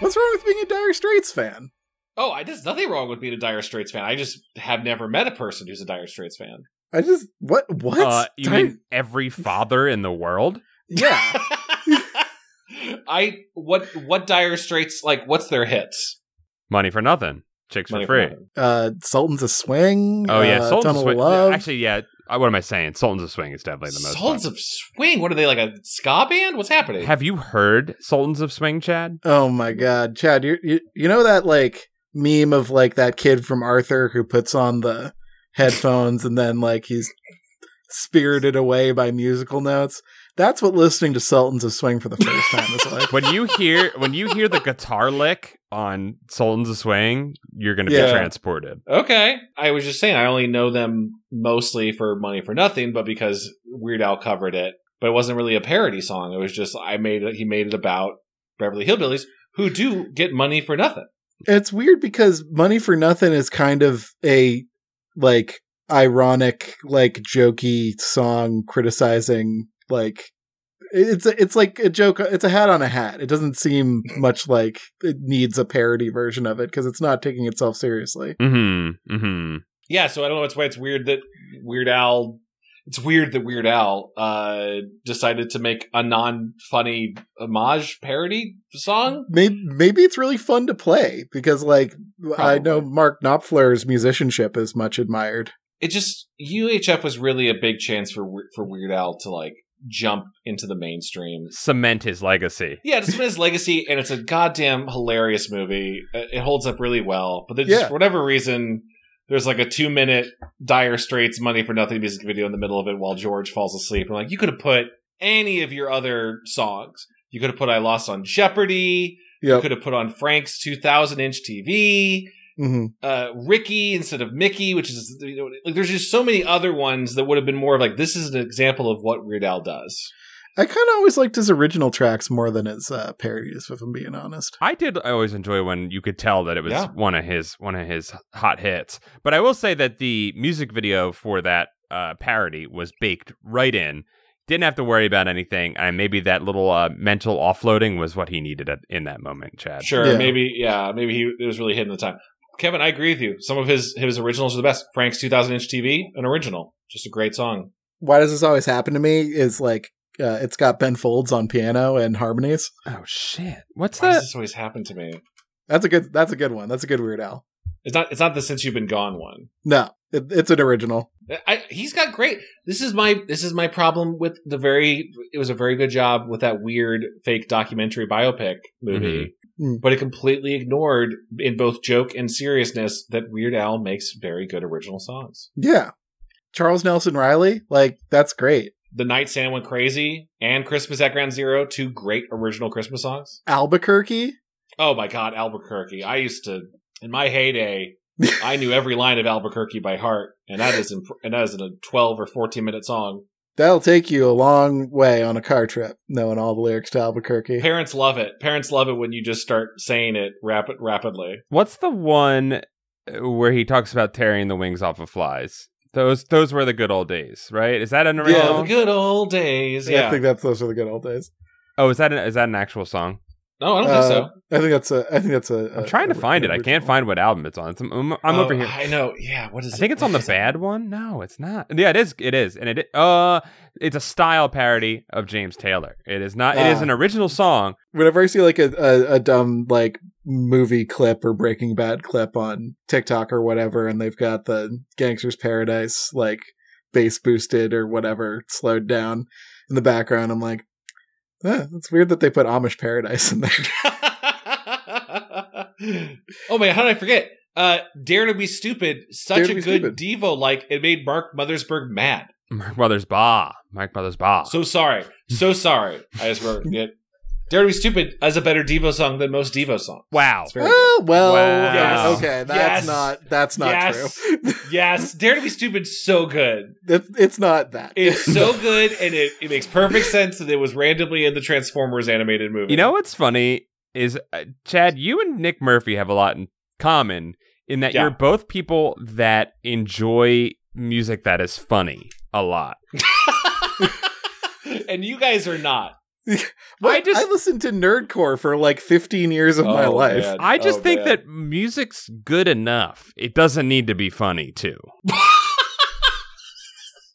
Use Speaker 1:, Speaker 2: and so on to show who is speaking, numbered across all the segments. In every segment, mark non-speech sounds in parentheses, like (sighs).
Speaker 1: What's wrong with being a Dire Straits fan?
Speaker 2: Oh, I, there's nothing wrong with being a Dire Straits fan. I just have never met a person who's a Dire Straits fan. (laughs)
Speaker 1: I just what what?
Speaker 3: Uh, you
Speaker 1: Dire-
Speaker 3: mean every father in the world?
Speaker 1: (laughs) yeah.
Speaker 2: I what what Dire Straits like? What's their hits?
Speaker 3: Money for nothing. Chicks
Speaker 2: Money
Speaker 3: for free.
Speaker 2: Nothing.
Speaker 1: Uh Sultan's a swing.
Speaker 3: Oh yeah,
Speaker 1: uh,
Speaker 3: Sultan's
Speaker 1: Tunnel
Speaker 3: a
Speaker 1: of
Speaker 3: swing.
Speaker 1: Love.
Speaker 3: Actually, yeah. uh, What am I saying? Sultan's a swing is definitely the most.
Speaker 2: Sons
Speaker 3: fun.
Speaker 2: of Swing. What are they like a ska band? What's happening?
Speaker 3: Have you heard Sultans of Swing, Chad?
Speaker 1: Oh my god, Chad, you you you know that like meme of like that kid from Arthur who puts on the headphones and then like he's spirited away by musical notes. That's what listening to Sultans of Swing for the first time is like.
Speaker 3: When you
Speaker 2: (laughs)
Speaker 3: hear when you hear the guitar lick on Sultans of Swing, you're gonna
Speaker 1: Yeah.
Speaker 3: be transported.
Speaker 2: okay, I was just saying I only know them mostly for Money for Nothing, but because Weird Al covered it, but it wasn't really a parody song. It was just I made it. He made it about Beverly Hillbillies who do get money for nothing.
Speaker 1: It's weird because Money for Nothing is kind of a like ironic, like jokey song criticizing like it's a, it's like a joke. It's a hat on a hat. It doesn't seem much like it needs a parody version of it because it's not taking itself seriously.
Speaker 3: Mm-hmm. Mm-hmm.
Speaker 2: Yeah, so I don't know. It's why it's weird that Weird Al. It's weird that Weird Al uh, decided to make a non-funny homage parody song.
Speaker 1: Maybe maybe it's really fun to play because like I know
Speaker 2: Probably.
Speaker 1: Mark Knopfler's musicianship is much admired.
Speaker 2: It just UHF was really a big chance for Weir- for Weird Al to like jump into the mainstream.
Speaker 3: Cement his legacy.
Speaker 2: Yeah, it's been his legacy, and it's a goddamn hilarious movie. Uh, It holds up really well, but there's
Speaker 1: Yeah.
Speaker 2: just, for whatever reason, there's like a two minute Dire Straits "Money for Nothing" music video in the middle of it while George falls asleep. I'm like, you could have put any of your other songs. You could have put "I Lost on Jeopardy." You
Speaker 1: Yep.
Speaker 2: could have put on Frank's 2,000 inch TV.
Speaker 1: hmm
Speaker 2: Uh, Ricky instead of Mickey, which is you know, like there's just so many other ones that would have been more of like this is an example of what Weird Al does.
Speaker 1: I kind of always liked his original tracks more than his uh, parodies, if I'm being honest.
Speaker 3: I did always enjoy when you could tell that it was
Speaker 2: Yeah.
Speaker 3: one of his one of his hot hits. But I will say that the music video for that uh, parody was baked right in. Didn't have to worry about anything, and maybe that little uh, mental offloading was what he needed at, in that moment, Chad.
Speaker 2: Sure,
Speaker 1: Yeah.
Speaker 2: maybe yeah, maybe he it was really hitting the time. Kevin, I agree with you. Some of his his originals are the best. Frank's 2,000 inch TV, an original, just a great song.
Speaker 1: why does this always happen to me is like uh, it's got Ben Folds on piano and harmonies.
Speaker 3: Oh shit! What's
Speaker 2: Why
Speaker 3: that?
Speaker 2: does this always happen to me?
Speaker 1: That's a good. That's a good one. That's a good Weird Al.
Speaker 2: It's not it's not the since you've been gone one.
Speaker 1: No, it, it's an original.
Speaker 2: I, he's got great. This is my this is my problem with the very. It was a very good job with that weird fake documentary biopic movie,
Speaker 1: Mhm. Mm.
Speaker 2: but it completely ignored in both joke and seriousness that Weird Al makes very good original songs.
Speaker 1: Yeah, Charles Nelson Riley. Like that's great.
Speaker 2: The Night Santa Went Crazy and Christmas at Ground Zero, two great original Christmas songs.
Speaker 1: Albuquerque. (laughs)
Speaker 2: Oh my God, Albuquerque! I used to in my heyday. I knew every line of Albuquerque by heart, and that is imp- and that is a twelve or fourteen minute song.
Speaker 1: That'll take you a long way on a car trip, knowing all the lyrics to Albuquerque.
Speaker 2: Parents love it. Parents love it when you just start saying it rapid rapidly.
Speaker 3: What's the one uh, where he talks about tearing the wings off of flies? Those those were the good old days, right? Is that an
Speaker 1: Yeah.
Speaker 2: Oh,
Speaker 3: original?
Speaker 2: the good old days.
Speaker 1: I
Speaker 2: Yeah.
Speaker 1: think that's those are the good old days.
Speaker 3: oh, is that an, is that an actual song?
Speaker 2: no, I don't
Speaker 1: Uh,
Speaker 2: think so.
Speaker 1: I think that's a. I think that's a.
Speaker 3: I'm
Speaker 1: a-
Speaker 3: trying to
Speaker 1: a-
Speaker 3: find
Speaker 1: an
Speaker 3: it. I can't
Speaker 1: original.
Speaker 3: find what album it's on. It's, I'm, I'm
Speaker 2: Oh,
Speaker 3: over here.
Speaker 2: I know. Yeah. What is it?
Speaker 3: I think it's on
Speaker 2: (laughs)
Speaker 3: the
Speaker 2: What is it?
Speaker 3: bad one. No, it's not. Yeah, it is. It is, and it i- uh, it's a style parody of James Taylor. It is not. It is
Speaker 1: Ah.
Speaker 3: an original song.
Speaker 1: Whenever I see like a, a, a dumb like movie clip or Breaking Bad clip on TikTok or whatever, and they've got the Gangster's Paradise like bass boosted or whatever slowed down in the background, I'm like, eh, it's weird that they put Amish Paradise
Speaker 2: (laughs)
Speaker 1: in there. (laughs)
Speaker 2: oh man, how did I forget? Uh, Dare to be stupid. Such
Speaker 1: Dare to
Speaker 2: a
Speaker 1: Be
Speaker 2: good
Speaker 1: Stupid.
Speaker 2: Devo. Like it made Mark Mothersburg mad.
Speaker 3: Mark Brothers Ba. Mark Brothers Ba.
Speaker 2: So sorry. So sorry. I just wrote it. Dare to be stupid as a better Devo song than most Devo songs.
Speaker 3: wow.
Speaker 2: It's very good.
Speaker 1: oh well,
Speaker 3: Wow. Yes.
Speaker 1: okay, that's
Speaker 2: Yes.
Speaker 1: not that's not
Speaker 2: Yes.
Speaker 1: true. (laughs)
Speaker 2: Yes, Dare to be stupid. So good.
Speaker 1: It, it's not that.
Speaker 2: It's
Speaker 1: (laughs)
Speaker 2: (laughs) so good, and it, it makes perfect sense that it was randomly in the Transformers animated movie.
Speaker 3: You know what's funny is uh, Chad. You and Nick Murphy have a lot in common in that
Speaker 2: Yeah.
Speaker 3: you're both people that enjoy music that is funny a lot.
Speaker 2: (laughs) and you guys are not.
Speaker 1: Well, I
Speaker 3: just-
Speaker 1: listened to nerdcore for like 15 years of my
Speaker 2: Oh,
Speaker 1: life.
Speaker 2: man.
Speaker 3: I just
Speaker 2: Oh,
Speaker 3: think
Speaker 2: man.
Speaker 3: that music's good enough. It doesn't need to be funny too.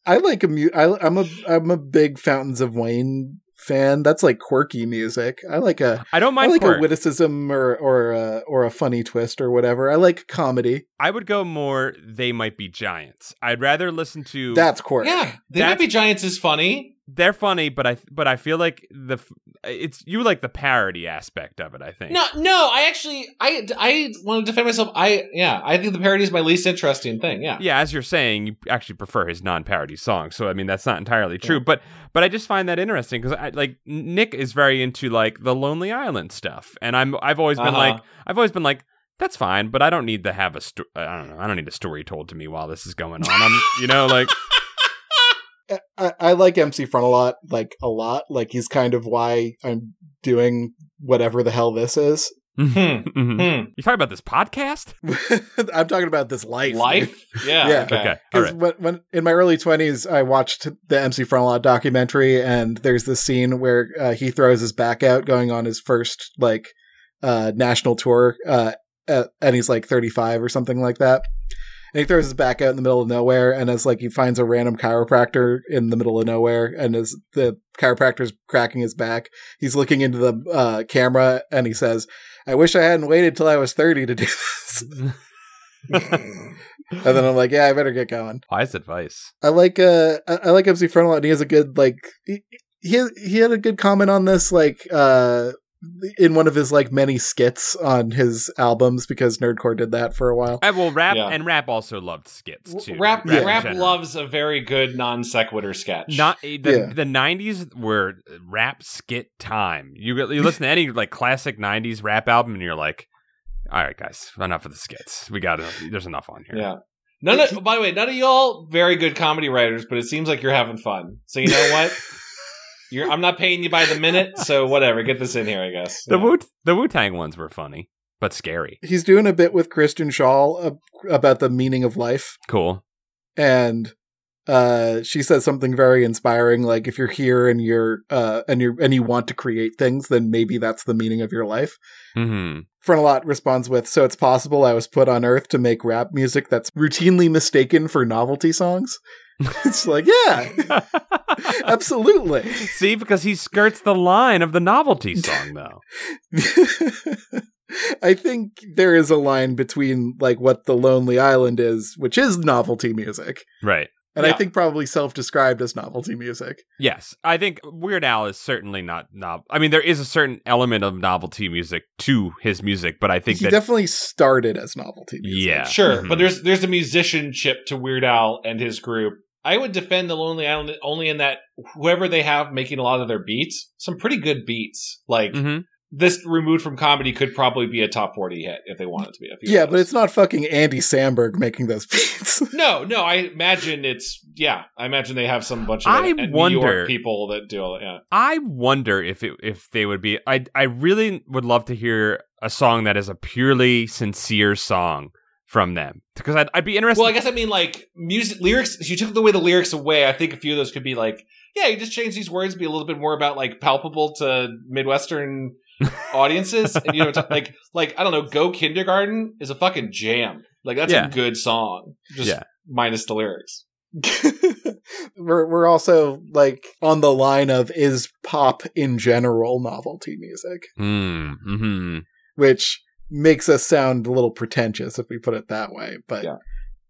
Speaker 1: I like a mu- I, I'm a I'm a big Fountains of Wayne fan. That's like quirky music. I like a
Speaker 3: I don't
Speaker 1: I
Speaker 3: mind
Speaker 1: like
Speaker 3: quirk.
Speaker 1: a witticism or or a, or a funny twist or whatever. I like comedy.
Speaker 3: I would go more. They might be giants. I'd rather listen to
Speaker 1: That's quirk.
Speaker 2: Yeah, they
Speaker 3: That's-
Speaker 2: might be giants is funny.
Speaker 3: They're funny, but I but I feel like the f- it's you like the parody aspect of it. I think.
Speaker 2: No, no, I actually, I, I want to defend myself. I, yeah, I think the parody is my least interesting thing. Yeah,
Speaker 3: yeah, as you're saying, you actually prefer his non-parody songs. So I mean, that's not entirely true. But but I just find that interesting because I like Nick is very into like the Lonely Island stuff, and I'm I've always been
Speaker 2: Uh-huh.
Speaker 3: like I've always been like that's fine, but I don't need to have a sto- uh, I don't know I don't need a story told to me while this is going on. I'm you
Speaker 2: (laughs)
Speaker 3: know like (laughs)
Speaker 1: I, I like MC Front a lot, like a lot. Like he's kind of why I'm doing whatever the hell this is. (laughs)
Speaker 2: Hmm.
Speaker 3: mhm.
Speaker 2: Hmm.
Speaker 3: you talking about this podcast?
Speaker 1: I'm talking about this life.
Speaker 3: (laughs)
Speaker 2: Life. Yeah.
Speaker 1: Yeah.
Speaker 2: Okay.
Speaker 3: Okay, all
Speaker 1: Because
Speaker 3: right.
Speaker 1: when, when in my early twenties, I watched the MC Frontalot documentary, and there's this scene where uh, he throws his back out, going on his first like uh, national tour, uh, at, and he's like 35 or something like that. And he throws his back out in the middle of nowhere, and it's like he finds a random chiropractor in the middle of nowhere, and as the chiropractor's cracking his back, he's looking into the uh, camera, and he says, "I wish I hadn't waited till I was 30 to do this." (laughs) and then I'm like, "Yeah, I better get going."
Speaker 3: Wise advice.
Speaker 1: I like uh I I like MC Frontalot and he has a good like he he he had a good comment on this like uh in one of his like many skits on his albums because Nerdcore did that for a while.
Speaker 3: I will Uh, rap
Speaker 2: Yeah.
Speaker 3: and rap also loved skits too.
Speaker 2: Rap,
Speaker 1: Yeah.
Speaker 3: in
Speaker 2: rap
Speaker 3: general.
Speaker 2: loves a very good non sequitur sketch.
Speaker 3: Not eh, the
Speaker 1: Yeah.
Speaker 3: the nineties were rap skit time. You you listen to any like classic nineties rap album and you're like, all right, guys, enough of the skits. We got enough. There's enough on here.
Speaker 2: Yeah. None of, by the way, none of y'all very good comedy writers, but it seems like you're having fun. So you know
Speaker 3: (laughs)
Speaker 2: what? You're, I'm not paying you by the minute, so whatever. Get this in here, I guess.
Speaker 3: The
Speaker 2: Yeah.
Speaker 3: Wu the Wu Tang ones were funny but scary.
Speaker 1: He's doing a bit with Kristen Shaw uh, about the meaning of life
Speaker 3: Cool.
Speaker 1: and uh she says something very inspiring like if you're here and you're uh and you are and you want to create things then maybe that's the meaning of your life.
Speaker 2: (laughs)
Speaker 3: hmm
Speaker 1: Frontalot responds with, So it's possible I was put on Earth to make rap music that's routinely mistaken for novelty songs? (laughs) it's like,
Speaker 3: (laughs)
Speaker 1: yeah, absolutely. (laughs)
Speaker 3: (laughs) See, because he skirts the line of the novelty song though.
Speaker 1: I think there is a line between like what the Lonely Island is, which is novelty music,
Speaker 3: right.
Speaker 1: and I
Speaker 2: Yeah.
Speaker 1: think probably self-described as novelty music.
Speaker 3: Yes, I think Weird Al is certainly not novel. I mean, there is a certain element of novelty music to his music, but I think
Speaker 1: he
Speaker 3: that
Speaker 1: definitely started as novelty music.
Speaker 3: yeah,
Speaker 2: Sure,
Speaker 3: Mhm.
Speaker 2: but there's there's a musicianship to Weird Al and his group. I would defend the Lonely Island only in that whoever they have making a lot of their beats, some pretty good beats. Like
Speaker 3: Mhm.
Speaker 2: this removed from comedy could probably be a top forty hit if they wanted to be. if you
Speaker 1: Yeah,
Speaker 2: want
Speaker 1: but
Speaker 2: us.
Speaker 1: it's not fucking Andy Samberg making those (laughs) beats.
Speaker 2: no, no. I imagine it's yeah. I imagine they have some bunch of
Speaker 3: I
Speaker 2: uh, New York
Speaker 3: wonder-
Speaker 2: people that do all that. Yeah.
Speaker 3: I wonder if it, if they would be. I I really would love to hear a song that is a purely sincere song from them because I'd, I'd be interested.
Speaker 2: Well, I guess I mean like music lyrics. If you took the way the lyrics away, I think a few of those could be like, yeah, you just change these words, be a little bit more about like palpable to
Speaker 3: (laughs)
Speaker 2: Midwestern audiences, and you know, t- like like I don't know, "Go Kindergarten" is a fucking jam. Like that's
Speaker 3: Yeah.
Speaker 2: a good song, just
Speaker 3: Yeah.
Speaker 2: minus the lyrics.
Speaker 1: (laughs) we're we're also like on the line of is pop in general novelty music,
Speaker 3: Mm, hmm
Speaker 1: which makes us sound a little pretentious if we put it that way. But
Speaker 2: Yeah.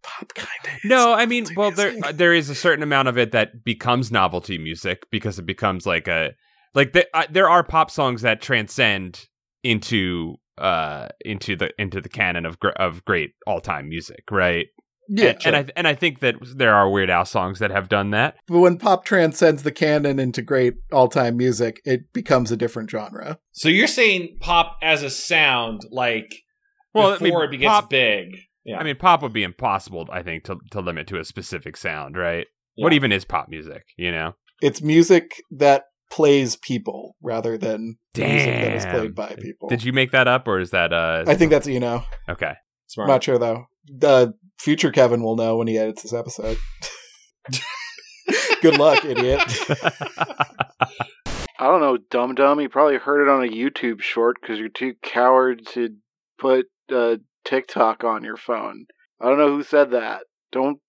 Speaker 1: pop kind (laughs) of
Speaker 3: No, I mean,
Speaker 1: novelty
Speaker 3: well, there uh,
Speaker 1: music.
Speaker 3: there is a certain amount of it that becomes novelty music because it becomes like a like the, uh, there are pop songs that transcend into uh into the into the canon of gr- of great all time music, right?
Speaker 1: yeah,
Speaker 3: and, and I and I think that there are Weird Al songs that have done that.
Speaker 1: but when pop transcends the canon into great all time music, it becomes a different genre.
Speaker 2: So you're saying pop as a sound, like
Speaker 3: Well, I mean,
Speaker 2: before it gets
Speaker 3: pop-
Speaker 2: big. Yeah.
Speaker 3: I mean, pop would be impossible, I think, to to limit to a specific sound, right? What
Speaker 2: Yeah.
Speaker 3: even is pop music? You know,
Speaker 1: It's music that plays people rather than music that is
Speaker 3: Damn.
Speaker 1: played by people.
Speaker 3: did you make that up, or is that uh?
Speaker 1: I think that's you know.
Speaker 3: okay,
Speaker 2: Smart.
Speaker 1: Not sure though. The future Kevin will know when he edits this episode. Good luck, idiot.
Speaker 4: I don't know, dum dum. He probably heard it on a YouTube short because you're too coward to put uh, TikTok on your phone. I don't know who said that. Don't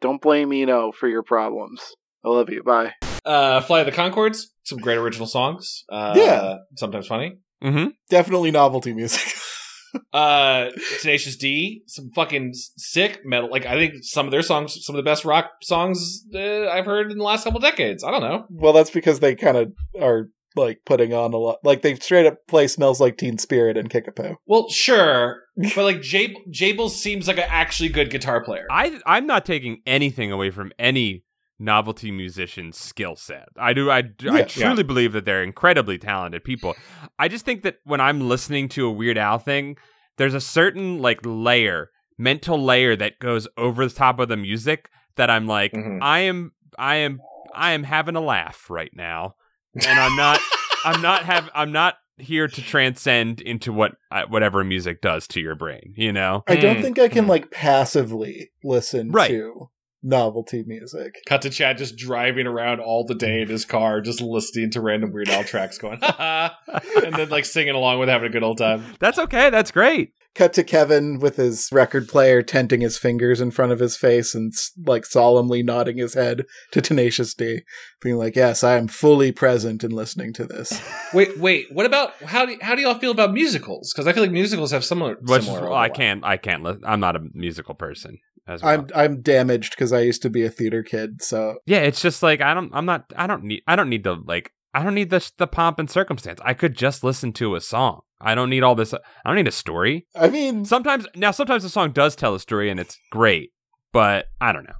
Speaker 4: don't blame Eno for your problems. I love you. Bye.
Speaker 2: Uh, Fly of the Concords, some great original songs. Uh,
Speaker 1: Yeah.
Speaker 2: Sometimes funny.
Speaker 3: Mm-hmm.
Speaker 1: Definitely novelty music. (laughs)
Speaker 2: Uh, Tenacious D, some fucking sick metal. Like, I think some of their songs, some of the best rock songs uh, I've heard in the last couple decades. I don't know.
Speaker 1: well, that's because they kind of are like putting on a lot. Like they straight up play "Smells Like Teen Spirit" and Kickapoo.
Speaker 2: Well, sure. but, like, Jab- Jables seems like an actually good guitar player.
Speaker 3: I I'm not taking anything away from any novelty musician's skill set. I do I do- I
Speaker 1: Yeah.
Speaker 3: truly believe that they're incredibly talented people. I just think that when I'm listening to a Weird Al thing, there's a certain like layer, mental layer that goes over the top of the music that I'm like
Speaker 1: Mm-hmm.
Speaker 2: Mhm.
Speaker 3: I am I am I am having a laugh right now and
Speaker 1: (laughs)
Speaker 3: I'm not I'm not have I'm not here to transcend into what I- whatever music does to your brain, you know.
Speaker 1: I don't
Speaker 2: Mm,
Speaker 1: think I can
Speaker 2: mm.
Speaker 1: like passively listen
Speaker 3: Right.
Speaker 1: to novelty music.
Speaker 2: Cut to Chad just driving around all the day in his car, just listening to random Weird Al tracks, going, ha ha, and then like singing along with having a good old time.
Speaker 3: That's okay. That's great.
Speaker 1: Cut to Kevin with his record player tenting his fingers in front of his face and s- like solemnly nodding his head to Tenacious D, being like, "Yes, I am fully present in listening to this."
Speaker 2: Wait, wait. What about how do how do y'all feel about musicals? Because I feel like musicals have similar.
Speaker 3: Which is,
Speaker 2: similar
Speaker 3: well, I
Speaker 2: overlap.
Speaker 3: can't. I can't. Li- I'm not a musical person. As well.
Speaker 1: I'm I'm damaged because I used to be a theater kid, so
Speaker 3: yeah, it's just like I don't. I'm not. I don't need. I don't need to like. I don't need the the pomp and circumstance. I could just listen to a song. I don't need all this. I don't need a story.
Speaker 1: I mean,
Speaker 3: Sometimes now, sometimes a song does tell a story and it's great, but I don't know.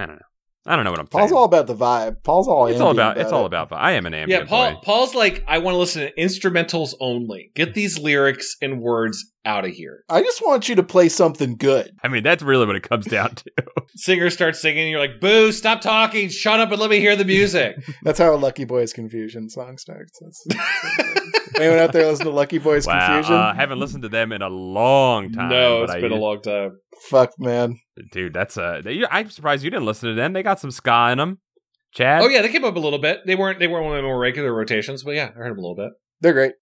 Speaker 3: I don't know. I don't know what I'm
Speaker 1: Paul's
Speaker 3: saying.
Speaker 1: all about the vibe. Paul's all
Speaker 3: it's all
Speaker 1: ambient
Speaker 3: about. It's all
Speaker 1: it.
Speaker 3: about. I am an ambient
Speaker 2: Yeah, Paul.
Speaker 3: boy.
Speaker 2: Paul's like, I want to listen to instrumentals only. Get these lyrics and words out of here.
Speaker 1: I just want you to play something good.
Speaker 3: I mean, that's really what it comes down to.
Speaker 2: Singer starts singing, and you're like, "Boo! Stop talking! Shut up and let me hear the music."
Speaker 1: That's how a Lucky Boys Confusion song starts.
Speaker 3: (laughs)
Speaker 1: That's- Anyone out there listen to Lucky Boys
Speaker 3: wow,
Speaker 1: Confusion?
Speaker 3: uh, I haven't listened to them in a long (laughs) time.
Speaker 2: no,
Speaker 3: but
Speaker 2: it's
Speaker 3: I
Speaker 2: been a long time.
Speaker 1: Fuck, man.
Speaker 3: Dude, that's a. They, I'm surprised you didn't listen to them. They got some ska in them. Chad.
Speaker 2: Oh yeah, they came up a little bit. They weren't they weren't one of the more regular rotations, but yeah, I heard them a little bit.
Speaker 1: They're great.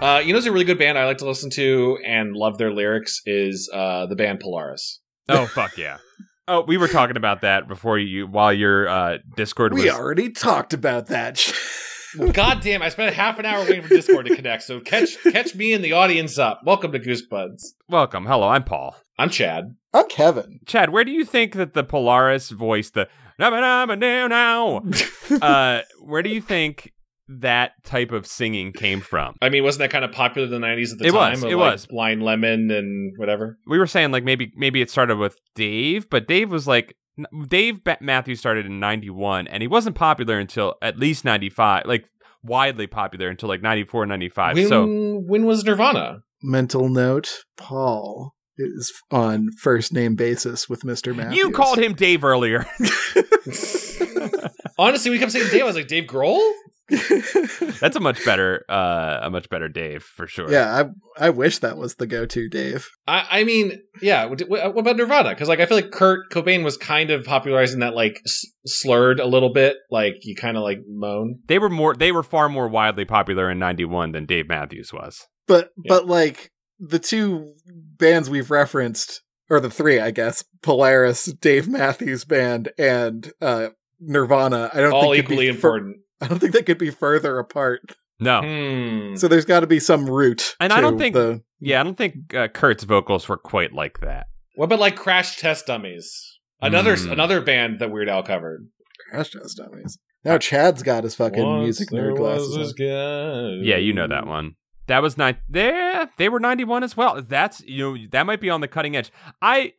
Speaker 2: Uh, you know, it's a really good band I like to listen to and love their lyrics is uh, the band
Speaker 3: (laughs)
Speaker 2: Polaris.
Speaker 3: Oh fuck yeah. Oh, we were talking about that before you while your uh, Discord was.
Speaker 1: We already talked about that.
Speaker 2: God damn! I spent half an hour waiting for Discord to connect. So catch catch me and the audience up. Welcome to Goosebuds.
Speaker 3: Welcome. Hello, I'm Paul.
Speaker 2: I'm Chad.
Speaker 1: (laughs) I'm Kevin.
Speaker 3: Chad, where do you think that the Polaris voice, the now now uh, where do you think that type of singing came from?
Speaker 2: I mean, wasn't that kind of popular in the '90s at the
Speaker 3: It
Speaker 2: time?
Speaker 3: was,
Speaker 2: of,
Speaker 3: it
Speaker 2: like,
Speaker 3: was.
Speaker 2: Blind Lemon and whatever.
Speaker 3: We were saying like maybe maybe it started with Dave, but Dave was like Dave Ba- Matthews started in '91, and he wasn't popular until at least '95, like widely popular until like '94, '95.
Speaker 2: when,
Speaker 3: So
Speaker 2: when was Nirvana?
Speaker 1: Mental note: Paul is on first name basis with Mr. Matthews.
Speaker 3: you called him Dave earlier. (laughs)
Speaker 1: (laughs)
Speaker 2: Honestly, we kept saying Dave. I was like, Dave Grohl.
Speaker 3: That's a much better, uh, a much better Dave for sure.
Speaker 1: yeah, I I wish that was the go-to, Dave.
Speaker 2: I, I mean, yeah. What, what about Nirvana? Because like, I feel like Kurt Cobain was kind of popularizing that like s- slurred a little bit. Like you kind of like moan.
Speaker 3: they were more, they were far more widely popular in '91 than Dave Matthews was.
Speaker 1: But
Speaker 2: Yeah.
Speaker 1: but like the two bands we've referenced, or the three, I guess, Polaris, Dave Matthews Band, and uh, Nirvana. I don't
Speaker 2: All
Speaker 1: think could be
Speaker 2: equally
Speaker 1: fur-
Speaker 2: important.
Speaker 1: (laughs) I don't think they could be further apart.
Speaker 3: No,
Speaker 2: Hmm.
Speaker 1: So there's got to be some root.
Speaker 3: And I
Speaker 1: to
Speaker 3: don't think-
Speaker 1: the,
Speaker 3: yeah, I don't think uh, Kurt's vocals were quite like that.
Speaker 2: What about like Crash Test Dummies? Another
Speaker 3: Hmm.
Speaker 2: another band that Weird Al covered.
Speaker 1: Crash Test Dummies. Now Chad's got his fucking
Speaker 2: Once
Speaker 1: music
Speaker 2: there
Speaker 1: nerd
Speaker 2: was
Speaker 1: glasses.
Speaker 2: this
Speaker 1: on.
Speaker 2: guy.
Speaker 3: Yeah, you know that one. That was nine. There, they were '91 as well. That's you. Know, that might be on the cutting edge. I,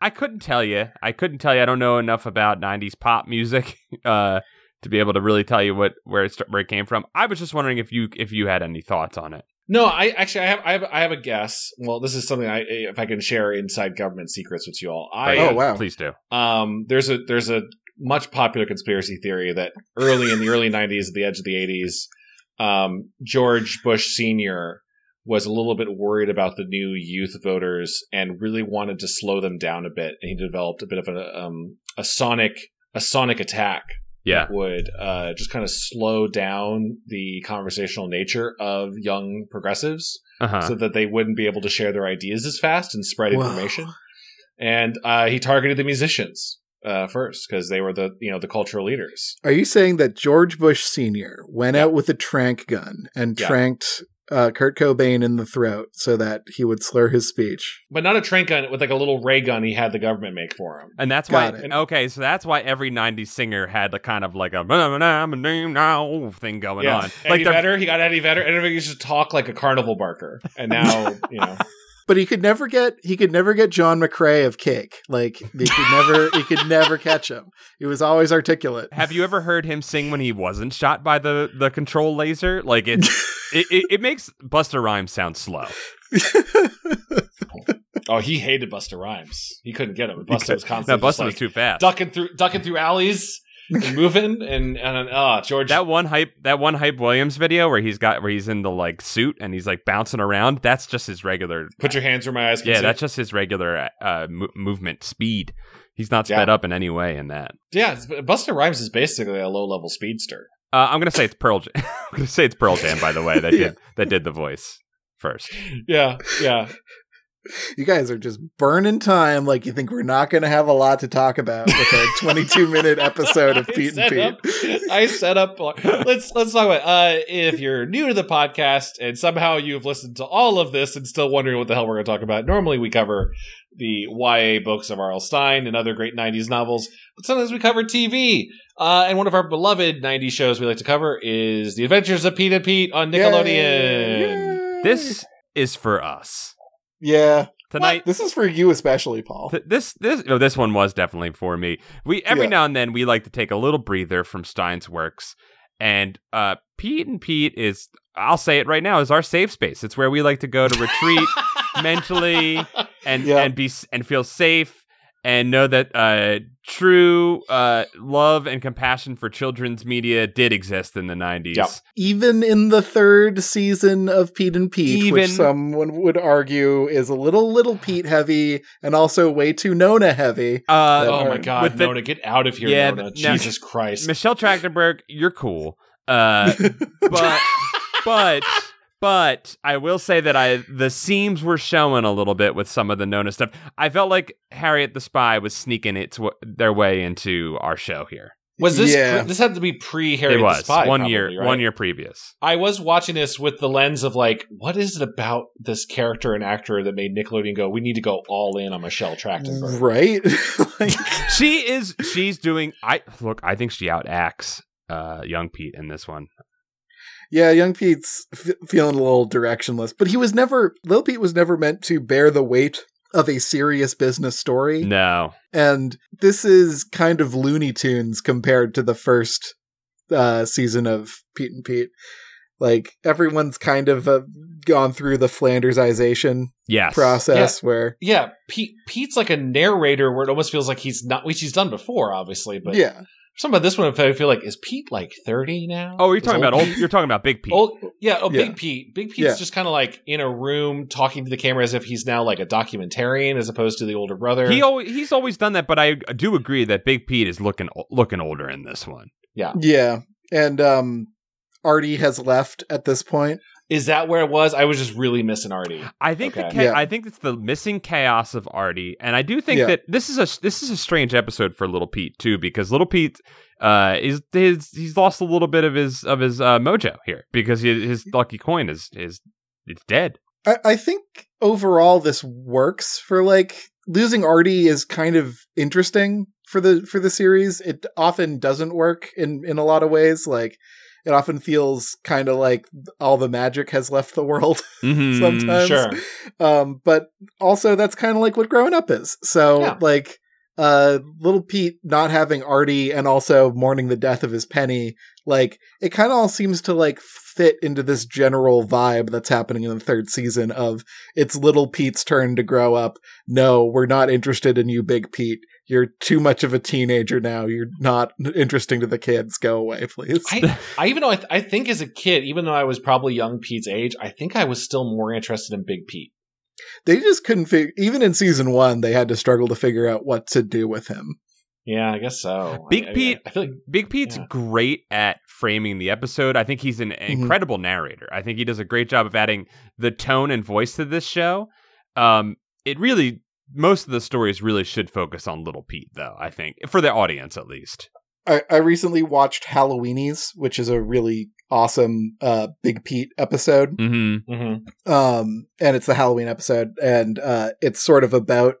Speaker 3: I couldn't tell you. I couldn't tell you. I don't know enough about '90s pop music (laughs) uh, to be able to really tell you what where it st- where it came from. I was just wondering if you if you had any thoughts on it.
Speaker 2: No, I actually I have I have I have a guess. Well, this is something I eh, if I can share inside government secrets with you all. I
Speaker 1: Oh, wow.
Speaker 3: Please do.
Speaker 2: um there's a there's a much popular conspiracy theory that early in the early (laughs) 90s at the edge of the 80s um George Bush senior was a little bit worried about the new youth voters and really wanted to slow them down a bit and he developed a bit of a um a sonic a sonic attack
Speaker 3: Yeah.
Speaker 2: would uh, just kind of slow down the conversational nature of young progressives
Speaker 3: Uh-huh.
Speaker 2: so that they wouldn't be able to share their ideas as fast and spread
Speaker 1: Whoa.
Speaker 2: information. And uh, he targeted the musicians uh, first because they were the you know the cultural leaders.
Speaker 1: Are you saying that George Bush Sr. went out with a trank gun and
Speaker 2: Yeah.
Speaker 1: tranked uh, Kurt Cobain in the throat so that he would slur his speech?
Speaker 2: but not a train gun with like a little ray gun he had the government make for him.
Speaker 3: and that's why
Speaker 1: Got
Speaker 2: it.
Speaker 3: okay, so that's why every '90s singer had a kind of like a now thing going
Speaker 2: yeah.
Speaker 3: on.
Speaker 2: Eddie
Speaker 3: Like they're-
Speaker 2: Vedder, he got Eddie Vedder, and he used to talk like a carnival barker, and now you know,
Speaker 1: But he could never get he could never get John McRae of Cake. Like he could never he could
Speaker 3: (laughs)
Speaker 1: never catch him. He was always articulate.
Speaker 3: Have you ever heard him sing when he wasn't shot by the the control laser? Like it, it, it, it makes Buster Rhymes
Speaker 2: (laughs)
Speaker 3: sound slow.
Speaker 2: oh, he hated Buster Rhymes. He couldn't get him. Buster was
Speaker 3: No,
Speaker 2: constantly just,
Speaker 3: Buster
Speaker 2: like,
Speaker 3: was too fast.
Speaker 2: ducking through ducking through alleys and moving, and and ah, George.
Speaker 3: that one hype, that one hype Williams video where he's got where he's in the like suit and he's like bouncing around. That's just his regular.
Speaker 2: Put your hands where my eyes can
Speaker 3: Yeah,
Speaker 2: see.
Speaker 3: that's just his regular uh, mo- movement speed. He's not sped up in any way in that.
Speaker 2: yeah. it's- Buster Rhymes is basically a low level speedster.
Speaker 3: Uh, I'm gonna say it's Pearl. Jam. (laughs) I'm gonna say it's Pearl Jam. By the
Speaker 2: (laughs)
Speaker 3: way, that
Speaker 1: Yeah.
Speaker 3: did that did the voice first.
Speaker 2: Yeah, yeah.
Speaker 1: (laughs) You guys are just burning time like you think we're not going to have a lot to talk about with
Speaker 3: (laughs)
Speaker 1: a 22 minute episode of
Speaker 2: I
Speaker 1: Pete and
Speaker 2: set
Speaker 1: Pete.
Speaker 2: up-
Speaker 3: "Oh,
Speaker 2: I set up. Let's let's talk about uh, if you're new to the podcast and somehow you've listened to all of this and still wondering what the hell we're going to talk about. Normally we cover the YA books of R.L. Stein and other great '90s novels, but sometimes we cover TV. Uh, and one of our beloved '90s shows we like to cover is The Adventures of Pete and Pete on Nickelodeon.
Speaker 1: Yay.
Speaker 2: (sighs)
Speaker 3: This is for us
Speaker 1: Yeah.
Speaker 3: tonight.
Speaker 1: This is for you especially, Paul.
Speaker 3: Th- this this no, this one was definitely for me. We every
Speaker 1: Yeah.
Speaker 3: now and then we like to take a little breather from Stein's works, and uh, Pete and Pete is I'll say it right now is our safe space. It's where we like to go
Speaker 1: (laughs)
Speaker 3: to retreat mentally and
Speaker 1: Yeah.
Speaker 3: and be s- and feel safe and know that uh, true uh, love and compassion for children's media did exist in the nineties.
Speaker 2: Yeah.
Speaker 1: even in the third season of Pete and Pete,
Speaker 3: Even-
Speaker 1: which someone would argue is a little little Pete heavy and also way too Nona heavy.
Speaker 3: Uh,
Speaker 2: (laughs) oh my
Speaker 1: Alright.
Speaker 2: God,
Speaker 3: With the-
Speaker 2: Nona, get out of here,
Speaker 3: Yeah,
Speaker 2: Nona!
Speaker 3: th- now-
Speaker 2: Jesus Christ!
Speaker 3: Michelle Trachtenberg, you're cool. Uh, but but but I will say that I the seams were showing a little bit with some of the Nona stuff. I felt like Harriet the Spy was sneaking its w- their way into our show here.
Speaker 2: Was this
Speaker 1: Yeah.
Speaker 2: pre- this had to be pre Harry
Speaker 3: it was
Speaker 2: the Spy?
Speaker 3: one
Speaker 2: probably,
Speaker 3: year
Speaker 2: right?
Speaker 3: one year previous.
Speaker 2: I was watching this with the lens of like, what is it about this character and actor that made Nickelodeon go, we need to go all in on Michelle Trachtenberg?
Speaker 1: right? (laughs) like,
Speaker 3: She is she's doing. I look. I think she out acts uh, young Pete in this one.
Speaker 1: yeah, young Pete's f- feeling a little directionless, but he was never Lil Pete was never meant to bear the weight of a serious business story,
Speaker 3: No,
Speaker 1: and this is kind of Looney Tunes compared to the first uh, season of Pete and Pete. Like everyone's kind of uh, gone through the Flandersization
Speaker 3: yes,
Speaker 1: process where
Speaker 2: Yeah, Pete, Pete's like a narrator where it almost feels like he's not, which he's done before, obviously, but
Speaker 1: yeah
Speaker 2: something about this one, I feel like, is Pete like 30 now?
Speaker 3: Oh, you're
Speaker 2: Is
Speaker 3: talking about
Speaker 2: old
Speaker 3: old. You're talking about Big Pete.
Speaker 2: Old, yeah, oh,
Speaker 1: Yeah.
Speaker 2: Big Pete. Big Pete's
Speaker 1: Yeah.
Speaker 2: just kind of like in a room talking to the camera as if he's now like a documentarian as opposed to the older brother.
Speaker 3: he always, he's always done that, but I do agree that Big Pete is looking looking older in this one.
Speaker 1: yeah and um artie has left at this point
Speaker 2: is that where it was? I was just really missing Artie.
Speaker 3: I think the
Speaker 2: Okay.
Speaker 3: cha-
Speaker 1: Yeah.
Speaker 3: I think it's the missing chaos of Artie, and I do think
Speaker 1: Yeah.
Speaker 3: that this is a this is a strange episode for Little Pete too, because Little Pete uh, is his he's lost a little bit of his of his uh, mojo here because his, his lucky coin is is it's dead.
Speaker 1: I-, I think overall this works for like losing artie is kind of interesting for the for the series it often doesn't work in in a lot of ways like it often feels kind of like all the magic has left the world
Speaker 3: Mm-hmm.
Speaker 1: Sometimes.
Speaker 2: Sure.
Speaker 1: um but also that's kind of like what growing up is so
Speaker 2: Yeah.
Speaker 1: like uh little pete not having artie and also mourning the death of his penny like it kind of all seems to like fit into this general vibe that's happening in the third season of it's little pete's turn to grow up no we're not interested in you big pete you're too much of a teenager now you're not interesting to the kids go away please
Speaker 2: I, I even though I, th- I think as a kid, even though I was probably young Pete's age, I think I was still more interested in Big Pete.
Speaker 1: they just couldn't figure even in season one they had to struggle to figure out what to do with him
Speaker 2: Yeah, I guess so.
Speaker 3: Big
Speaker 2: I- I-
Speaker 3: Pete-
Speaker 2: I feel like
Speaker 3: Big Pete's
Speaker 2: Yeah.
Speaker 3: great at framing the episode. I think he's an
Speaker 1: Mm-hmm.
Speaker 3: incredible narrator. I think he does a great job of adding the tone and voice to this show. Um, it really, most of the stories really should focus on Little Pete, though, I think, for the audience at least.
Speaker 1: I, I recently watched Halloweenies, which is a really awesome uh, Big Pete episode.
Speaker 3: Mm-hmm.
Speaker 2: mhm.
Speaker 1: Um, and it's the Halloween episode, and uh, it's sort of about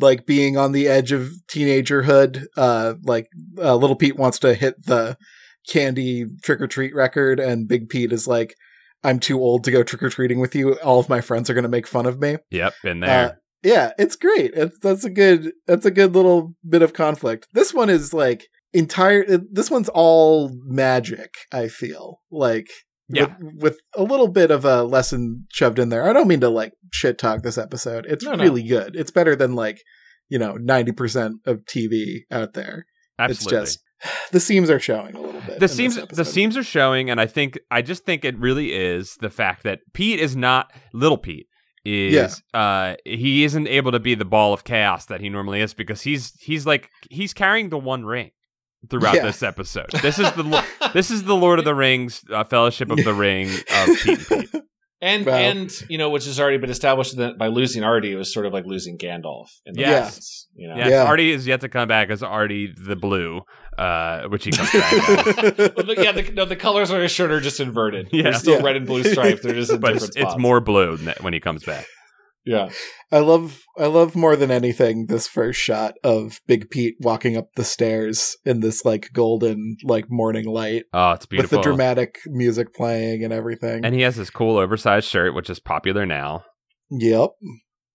Speaker 1: like being on the edge of teenagerhood. Uh, like uh, little Pete wants to hit the candy trick or treat record, and Big Pete is like, "I'm too old to go trick or treating with you. All of my friends are going to make fun of me."
Speaker 3: Yep, been there.
Speaker 1: Uh, yeah, it's great. It's, that's a good that's a good little bit of conflict. This one is like entire it- this one's all magic, I feel. Like
Speaker 3: Yeah.
Speaker 1: with, with a little bit of a lesson shoved in there. I don't mean to like shit talk this episode. It's
Speaker 2: No, no.
Speaker 1: really good. It's better than like, you know, 90% of TV out there.
Speaker 3: Absolutely.
Speaker 1: It's just (sighs) the seams are showing a (laughs) little bit. in
Speaker 3: the
Speaker 1: this
Speaker 3: seams the
Speaker 1: episode.
Speaker 3: seams are showing and i think i just think it really is the fact that pete is not little pete is uh he isn't able to be the ball of chaos that he normally is because he's he's like he's carrying the one ring throughout
Speaker 1: Yeah.
Speaker 3: this episode
Speaker 1: (laughs)
Speaker 3: this is
Speaker 2: (laughs)
Speaker 3: the lo- this is the lord of the rings uh, fellowship of the ring of pete and pete
Speaker 2: and
Speaker 1: Well-
Speaker 2: and you know, which has already been established that by losing Artie, it was sort of like losing Gandalf. In the
Speaker 3: Yes.
Speaker 2: sense, you know.
Speaker 3: yeah,
Speaker 1: Yeah.
Speaker 3: artie is yet to come back as artie the blue uh which he
Speaker 1: (laughs)
Speaker 3: comes back as.
Speaker 2: But the- yeah, the, no, the colors on his shirt are just inverted.
Speaker 3: Yeah.
Speaker 2: They're still
Speaker 1: Yeah.
Speaker 2: red and blue striped. They're just in
Speaker 3: (laughs) but it's,
Speaker 2: different
Speaker 3: it's
Speaker 2: spots.
Speaker 3: more blue than- when he comes back
Speaker 2: Yeah,
Speaker 1: I love I love more than anything this first shot of Big Pete walking up the stairs in this like golden like morning light
Speaker 3: oh it's beautiful
Speaker 1: with the dramatic music playing and everything.
Speaker 3: and he has this cool oversized shirt which is popular now
Speaker 1: yep.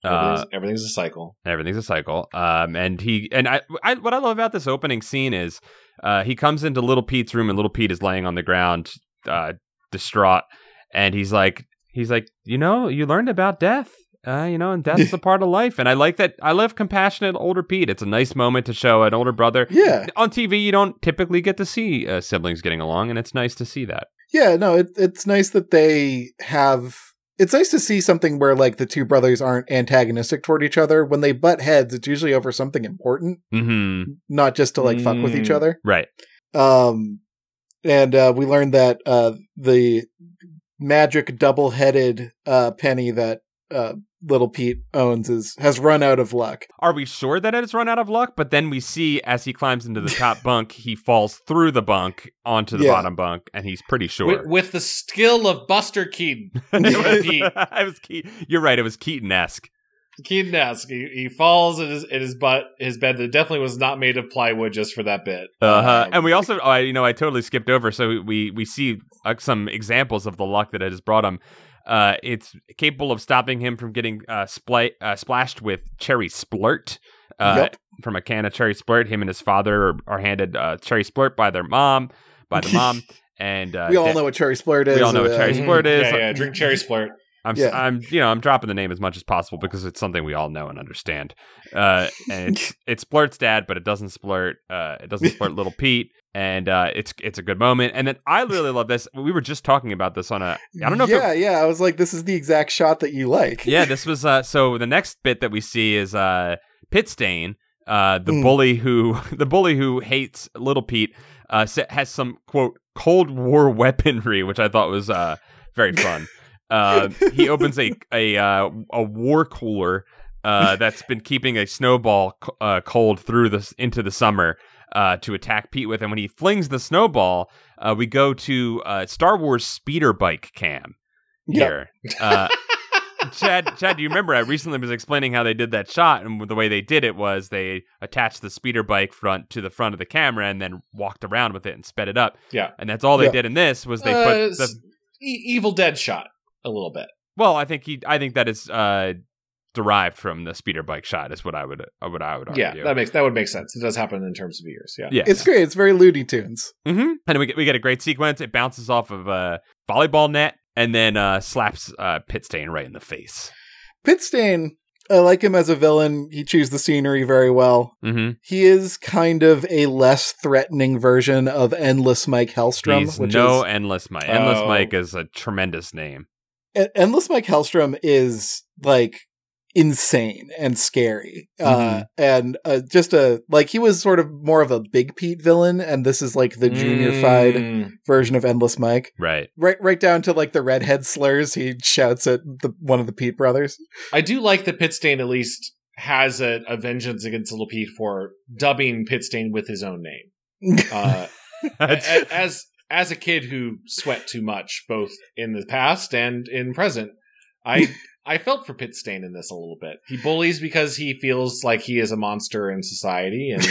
Speaker 3: uh,
Speaker 2: everything's, everything's a cycle.
Speaker 3: everything's a cycle um and he and I, I what i love about this opening scene is uh he comes into little pete's room and little pete is laying on the ground uh distraught and he's like he's like you know you learned about death uh, you know, and death's a part of life. And I like that. I love compassionate older Pete. It's a nice moment to show an older brother.
Speaker 1: Yeah.
Speaker 3: On TV, you don't typically get to see uh, siblings getting along, and it's nice to see that.
Speaker 1: Yeah, no, it, it's nice that they have it's nice to see something where like the two brothers aren't antagonistic toward each other. When they butt heads, it's usually over something important,
Speaker 3: Mm-hmm.
Speaker 1: not just to like fuck with each
Speaker 2: Mm.
Speaker 1: other.
Speaker 3: Right.
Speaker 1: Um, and uh, we learned that uh, the magic double-headed uh, penny that uh, little Pete owns is has run out of luck.
Speaker 3: Are we sure that it's run out of luck? But then we see as he climbs into the
Speaker 1: (laughs)
Speaker 3: top bunk, he falls through the bunk onto the
Speaker 1: Yeah.
Speaker 3: bottom bunk, and he's pretty sure.
Speaker 2: With, with the skill of Buster Keaton,
Speaker 3: (laughs) It was- I was Ke- You're right. It was Keaton esque.
Speaker 2: Keaton-esque, he, he falls in his in his butt his bed that definitely was not made of plywood just for that bit.
Speaker 1: Oh,
Speaker 3: Uh-huh.
Speaker 2: Um,
Speaker 3: And we also, I you know, I totally skipped over. So we we see uh, some examples of the luck that it has brought him. Uh, it's capable of stopping him from getting uh, spli- uh, splashed with cherry splurt. Uh,
Speaker 1: Yep.
Speaker 3: From a can of cherry splurt, him and his father are, are handed uh, cherry splurt by their mom, by the
Speaker 1: (laughs)
Speaker 3: mom, and uh,
Speaker 1: we all
Speaker 3: Da-
Speaker 1: know what cherry splurt is.
Speaker 3: We all know what
Speaker 1: uh, (laughs)
Speaker 3: cherry
Speaker 2: mhm.
Speaker 3: splurt is-
Speaker 2: Yeah, yeah, drink cherry splurt.
Speaker 3: I'm,
Speaker 1: Yeah.
Speaker 3: I'm, you know, I'm dropping the name as much as possible because it's something we all know and understand. Uh, and
Speaker 1: (laughs)
Speaker 3: it's, it splurts dad, but it doesn't splurt. Uh, it doesn't splurt little Pete, and uh, it's it's a good moment. And then I really love this. We were just talking about this on a. I don't know. if it-
Speaker 1: Yeah, yeah. I was like, this is the exact shot that you like.
Speaker 3: yeah, this was uh so the next bit that we see is uh Pitstain, uh the
Speaker 1: Mm.
Speaker 3: bully who (laughs) the bully who hates little Pete uh sa- has some quote Cold War weaponry which I thought was uh very fun. uh,
Speaker 1: (laughs)
Speaker 3: he opens a a uh, a war cooler uh that's been keeping a snowball c- uh, cold through this into the summer. Uh, to attack Pete with, and when he flings the snowball, uh, we go to uh, Star Wars speeder bike cam
Speaker 1: Yep.
Speaker 3: here. Uh, Chad, Chad, do you remember I recently was explaining how they did that shot, and the way they did it was they attached the speeder bike front to the front of the camera and then walked around with it and sped it up.
Speaker 2: Yeah.
Speaker 3: and that's all they
Speaker 1: Yeah.
Speaker 3: did in this was (laughs) they
Speaker 2: Uh,
Speaker 3: put
Speaker 2: s-
Speaker 3: the.
Speaker 2: E- Evil Dead shot a little bit.
Speaker 3: Well, I think he, I think that is uh, derived from the speeder bike shot, is what I would, uh, what I would argue.
Speaker 2: Yeah, that makes that would make sense. It does happen in terms of years. Yeah.
Speaker 3: yeah.
Speaker 1: It's great. It's very Looney Tunes.
Speaker 3: hmm And we get, we get a great sequence. It bounces off of a volleyball net and then uh, slaps uh, Pitstain right in the face.
Speaker 1: Pitstain, I like him as a villain. He chews the scenery very well.
Speaker 3: Mm-hmm.
Speaker 1: He is kind of a less threatening version of Endless Mike Hellstrom,
Speaker 3: He's
Speaker 1: which
Speaker 3: no
Speaker 1: is
Speaker 3: endless Mike. Endless
Speaker 2: Oh.
Speaker 3: Mike is a tremendous name.
Speaker 1: E- Endless Mike Hellstrom is like insane and scary. Uh,
Speaker 2: Mm-hmm.
Speaker 3: Mhm.
Speaker 1: and uh, just a like he was sort of more of a Big Pete villain, and this is like the junior-fied
Speaker 2: Mm.
Speaker 1: version of Endless Mike.
Speaker 3: Right. (laughs)
Speaker 1: Right, right down to like the redhead slurs he shouts at the one of the Pete brothers.
Speaker 2: I do like that Pit Stain at least has a, a vengeance against Little Pete for dubbing Pit Stain with his own name. Uh, a- as as a kid who sweat too much, both in the past and in present, (laughs) I I felt for Pit Stain in this a little bit. He bullies because he feels like he is a monster in society, (laughs) and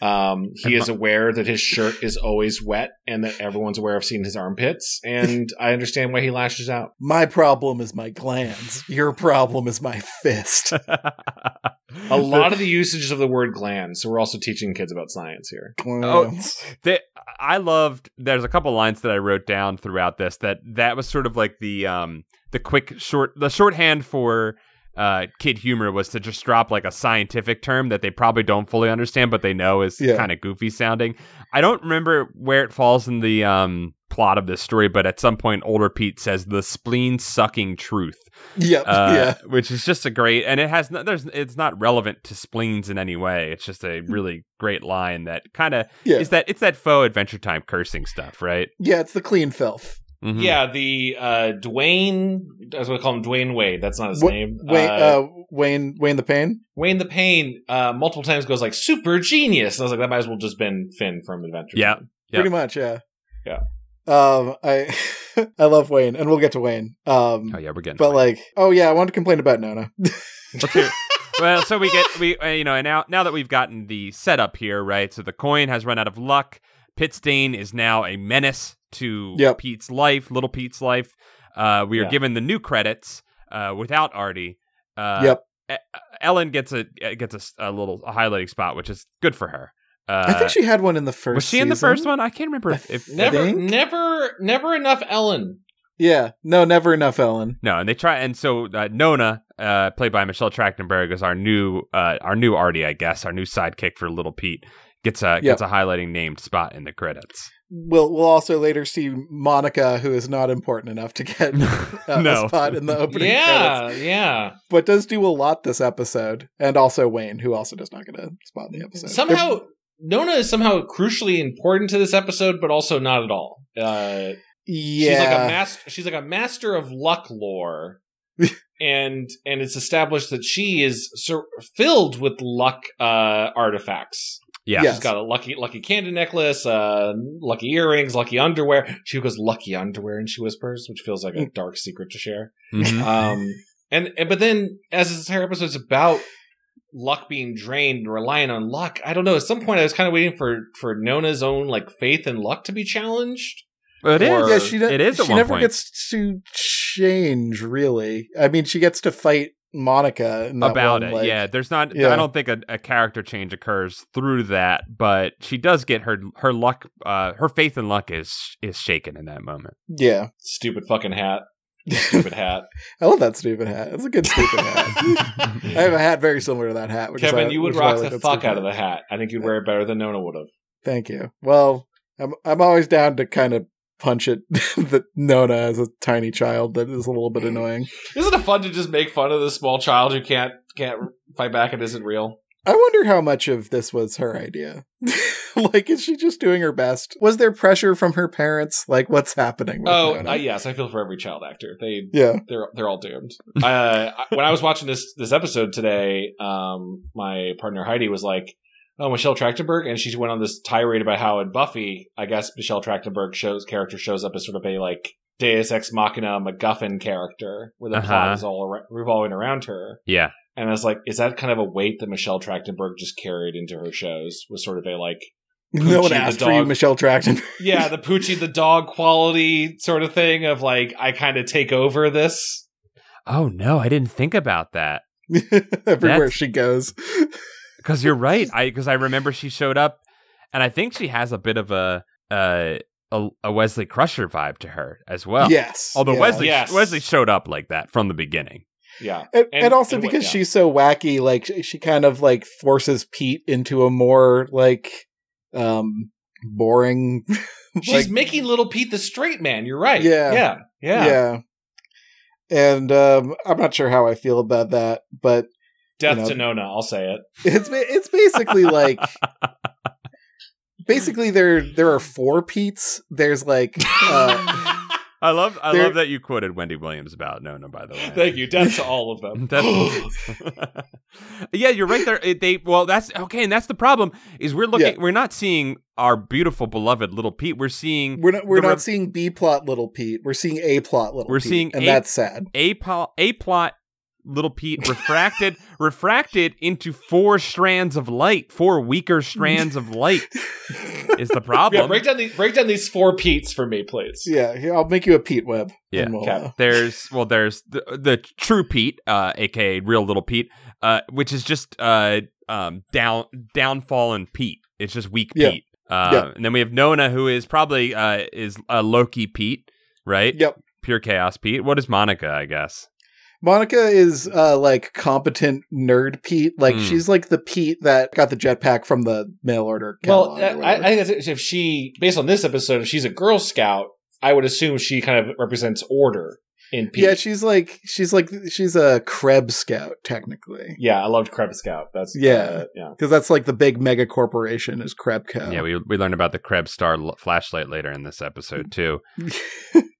Speaker 2: um, he is aware that his shirt is always wet, and that everyone's aware of seeing his armpits. (laughs) And I understand why he lashes out.
Speaker 1: my problem is my glands. Your problem is my
Speaker 2: (laughs)
Speaker 1: fist.
Speaker 2: Oh. A lot of the usages of the word gland, so we're also teaching kids about science here.
Speaker 1: Glands.
Speaker 3: They, I loved. There's a couple lines that I wrote down throughout this that that was sort of like the um the quick short the shorthand for uh kid humor was to just drop like a scientific term that they probably don't fully understand but they know is
Speaker 1: Yeah.
Speaker 3: kind of goofy sounding. I don't remember where it falls in the um plot of this story, but at some point older Pete says the spleen sucking truth.
Speaker 1: Yep.
Speaker 3: Uh,
Speaker 1: (laughs) yeah.
Speaker 3: which is just a great and it has no, there's it's not relevant to spleens in any way. It's just a really great line that kind of
Speaker 1: Hmm. Yeah.
Speaker 3: is that it's that faux adventure time cursing stuff, right?
Speaker 1: Yeah, it's the clean filth.
Speaker 3: Mhm.
Speaker 2: Yeah, the uh, Dwayne, I was going to call him Dwayne Wade. That's not his
Speaker 1: Wh-
Speaker 2: name.
Speaker 1: Wayne,
Speaker 2: Uh,
Speaker 1: uh, Wayne, Wayne the Pain.
Speaker 2: Wayne the Pain uh, multiple times goes like super genius, and I was like, that might as well just been Finn from Adventure.
Speaker 3: Yeah.
Speaker 2: Time.
Speaker 3: Yep.
Speaker 1: Pretty much. Yeah.
Speaker 2: Yeah.
Speaker 1: Um, I, (laughs) I love Wayne, and we'll get to Wayne. Um,
Speaker 3: Oh yeah, we're getting.
Speaker 1: but
Speaker 3: away.
Speaker 1: like, oh yeah, I wanted to complain about Nona. (laughs)
Speaker 3: Let's hear- well, so we get we uh, you know, and now now that we've gotten the setup here, right? So the coin has run out of luck. Pitstain is now a menace to
Speaker 1: Yep.
Speaker 3: Pete's life, little Pete's life. Uh, we are
Speaker 2: Yeah.
Speaker 3: given the new credits uh, without Artie. Uh,
Speaker 1: Yep.
Speaker 3: E- Ellen gets a uh, gets a s- a, little highlighting spot, which is good for her. Uh,
Speaker 1: I think she had one in the first.
Speaker 3: was she in the
Speaker 1: season.
Speaker 3: first one? I can't remember
Speaker 1: I
Speaker 3: if, if
Speaker 2: Never,
Speaker 1: think?
Speaker 2: never, never enough Ellen.
Speaker 1: Yeah. No, never enough, Ellen.
Speaker 3: No, and they try, and so uh, Nona, uh, played by Michelle Trachtenberg, is our new, uh, our new Artie, I guess, our new sidekick for Little Pete, gets a gets a highlighting named spot in
Speaker 1: (laughs)
Speaker 3: the credits.
Speaker 1: We'll we'll also later see Monica, who is not important enough to
Speaker 3: (laughs)
Speaker 1: get uh,
Speaker 3: No.
Speaker 1: a spot in the opening
Speaker 2: yeah,
Speaker 1: credits,
Speaker 2: yeah.
Speaker 1: but does do a lot this episode, and also Wayne, who also does not get a spot in the episode.
Speaker 2: Somehow, Nona is somehow crucially important to this episode, but also not at all. Uh,
Speaker 1: yeah,
Speaker 2: She's like a mas- she's like a master of luck
Speaker 1: (laughs)
Speaker 2: lore. and and it's established that she is sur- filled with luck uh artifacts.
Speaker 3: Yeah,
Speaker 1: Yeah.
Speaker 2: She's got a lucky lucky candy necklace, uh lucky earrings, lucky underwear. She goes lucky underwear and she whispers, which feels like
Speaker 1: Mm.
Speaker 2: a dark secret to share.
Speaker 1: (laughs)
Speaker 3: Mhm.
Speaker 2: Um and, and but then as this entire episode's about luck being drained and relying on luck, I don't know, at some point I was kind of waiting for for Nona's own like faith in luck to be challenged.
Speaker 3: it is.
Speaker 2: or-
Speaker 1: yeah, she, ne-
Speaker 3: it is. At
Speaker 1: she
Speaker 3: one
Speaker 1: never
Speaker 3: point.
Speaker 1: gets to change, really. I mean, she gets to fight Monica in that
Speaker 3: about
Speaker 1: one,
Speaker 3: it.
Speaker 1: like-
Speaker 3: yeah, there's not.
Speaker 1: Yeah.
Speaker 3: I don't think a, a character change occurs through that, but she does get her her luck. Uh, her faith in luck is is shaken in that moment.
Speaker 1: yeah.
Speaker 2: Stupid fucking hat. Stupid hat.
Speaker 1: (laughs) I love that stupid hat. It's a good stupid
Speaker 3: (laughs)
Speaker 1: hat. I have a hat very similar to that hat. Which is
Speaker 2: Kevin,
Speaker 1: why-
Speaker 2: you would
Speaker 1: which is why I
Speaker 2: rock
Speaker 1: like
Speaker 2: the
Speaker 1: that
Speaker 2: fuck
Speaker 1: stupid
Speaker 2: out of
Speaker 1: hat.
Speaker 2: the hat. I think you'd wear it better than Nona would have.
Speaker 1: Thank you. Well, I'm I'm always down to kind of punch (laughs) at the Nona as a tiny child. That is a little bit annoying.
Speaker 2: Isn't it fun to just make fun of this small child who can't can't fight back and isn't real?
Speaker 1: I wonder how much of this was her idea. (laughs) like, is she just doing her best? Was there pressure from her parents? Like, what's happening? With
Speaker 2: Oh,
Speaker 1: Nona?
Speaker 2: uh, yes, I feel for every child actor. They
Speaker 1: yeah.
Speaker 2: they're they're all doomed. Uh, I- when I was watching this this episode today, um, my partner Heidi was like, "Oh, Michelle Trachtenberg," and she went on this tirade about how in Buffy, I guess Michelle Trachtenberg shows character shows up as sort of a like Deus Ex Machina MacGuffin character, where the
Speaker 3: Uh-huh.
Speaker 2: plot is all ar- revolving around her.
Speaker 3: Yeah,
Speaker 2: And I was like, is that kind of a weight that Michelle Trachtenberg just carried into her shows? Was sort of a like,
Speaker 1: No one
Speaker 2: Poochie the
Speaker 1: asked for you,
Speaker 2: dog.
Speaker 1: Michelle Trachtenberg.
Speaker 2: yeah, the Poochie the dog quality sort of thing of like, I kind of take over this.
Speaker 3: Oh no, I didn't think about that.
Speaker 1: (laughs) Everywhere
Speaker 3: That's-
Speaker 1: she goes.
Speaker 3: Because you're right. I because I remember she showed up, and I think she has a bit of a uh, a, a Wesley Crusher vibe to her as well.
Speaker 1: yes.
Speaker 3: Although
Speaker 1: yeah.
Speaker 3: Wesley
Speaker 2: Yes.
Speaker 3: Wesley showed up like that from the beginning.
Speaker 2: Yeah.
Speaker 1: And,
Speaker 2: and-
Speaker 1: and also
Speaker 2: and what-
Speaker 1: because
Speaker 2: yeah.
Speaker 1: she's so wacky, like she, she kind of like forces Pete into a more like um boring. (laughs)
Speaker 2: She's
Speaker 1: like-
Speaker 2: making little Pete the straight man. You're right.
Speaker 1: Yeah.
Speaker 2: Yeah. Yeah.
Speaker 1: yeah. and um, I'm not sure how I feel about that, but (laughs)
Speaker 2: Death
Speaker 1: You know.
Speaker 2: to Nona, I'll
Speaker 1: (laughs)
Speaker 2: say it.
Speaker 1: it's ba- it's basically
Speaker 3: (laughs)
Speaker 1: like basically there there are four Pete's. There's like
Speaker 2: (laughs)
Speaker 1: uh,
Speaker 3: I love I
Speaker 1: There-
Speaker 3: love that you quoted Wendy Williams about Nona. By the way,
Speaker 2: (laughs) Thank you. (laughs) Death to all of them.
Speaker 3: (laughs)
Speaker 2: (gasps)
Speaker 3: That's- (laughs) yeah, you're right there. It- They well, that's okay, and that's the problem is we're looking, we're not seeing our beautiful beloved little Pete. We're seeing
Speaker 1: we're not we're
Speaker 3: The
Speaker 1: not
Speaker 3: rev-
Speaker 1: seeing B plot little Pete. We're seeing A plot little.
Speaker 3: We're
Speaker 1: Pete,
Speaker 3: seeing
Speaker 1: and
Speaker 3: A-
Speaker 1: that's sad.
Speaker 3: (laughs) a pol- a plot little Pete refracted refracted into four strands of light, four weaker strands of light is the problem.
Speaker 2: Yeah, break down these break down these four Pete's for me, please.
Speaker 1: Yeah, here, I'll make you a Pete web.
Speaker 3: Yeah.
Speaker 1: and we'll,
Speaker 2: Okay.
Speaker 1: uh,
Speaker 3: there's well there's the, the true pete uh aka real little pete uh which is just uh um down downfallen pete it's just weak
Speaker 1: Yeah.
Speaker 3: pete uh
Speaker 1: Yeah.
Speaker 3: and then we have nona who is probably uh is a loki pete right
Speaker 1: Yep.
Speaker 3: pure chaos pete what is monica i guess
Speaker 1: Monica is uh like competent nerd Pete. Like
Speaker 3: Hmm.
Speaker 1: she's like the Pete that got the jetpack from the mail order.
Speaker 2: Well,
Speaker 1: catalog
Speaker 2: I,
Speaker 1: or
Speaker 2: I
Speaker 1: whatever.
Speaker 2: I think that's if she, based on this episode, if she's a Girl Scout, I would assume she kind of represents order in Pete.
Speaker 1: yeah, she's like she's like she's a Krebs scout technically.
Speaker 2: yeah, I loved Krebs Scout. That's
Speaker 1: Yeah.
Speaker 2: uh, yeah.
Speaker 1: Because that's like the big mega corporation is Krebco.
Speaker 3: yeah we we learned about the krebs star l- flashlight later in this
Speaker 1: Mm. (laughs)
Speaker 3: episode too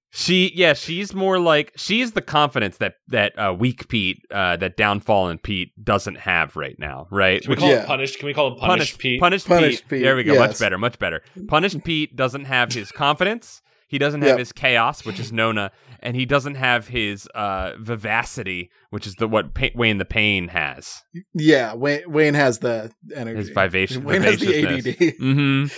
Speaker 3: She yeah, she's more like she's the confidence that that uh, weak Pete, uh, that downfallen Pete doesn't have right now, right?
Speaker 2: Can we
Speaker 3: Which
Speaker 2: call
Speaker 1: Yeah.
Speaker 2: it punished? Can we call it punished,
Speaker 3: Punished
Speaker 2: Pete?
Speaker 3: Punished,
Speaker 1: Punished
Speaker 3: Pete.
Speaker 1: Pete,
Speaker 3: There we go. Much
Speaker 1: yes.
Speaker 3: better. Much better. Punished Pete doesn't have
Speaker 1: (laughs)
Speaker 3: his confidence. He doesn't have
Speaker 1: Yep.
Speaker 3: his chaos, which is Nona, and he doesn't have his uh, vivacity, which is the what pa- Wayne the Pain has.
Speaker 1: yeah. Wayne, Wayne has the energy.
Speaker 3: His vivacious.
Speaker 1: Wayne has the
Speaker 3: hmm
Speaker 1: ADD.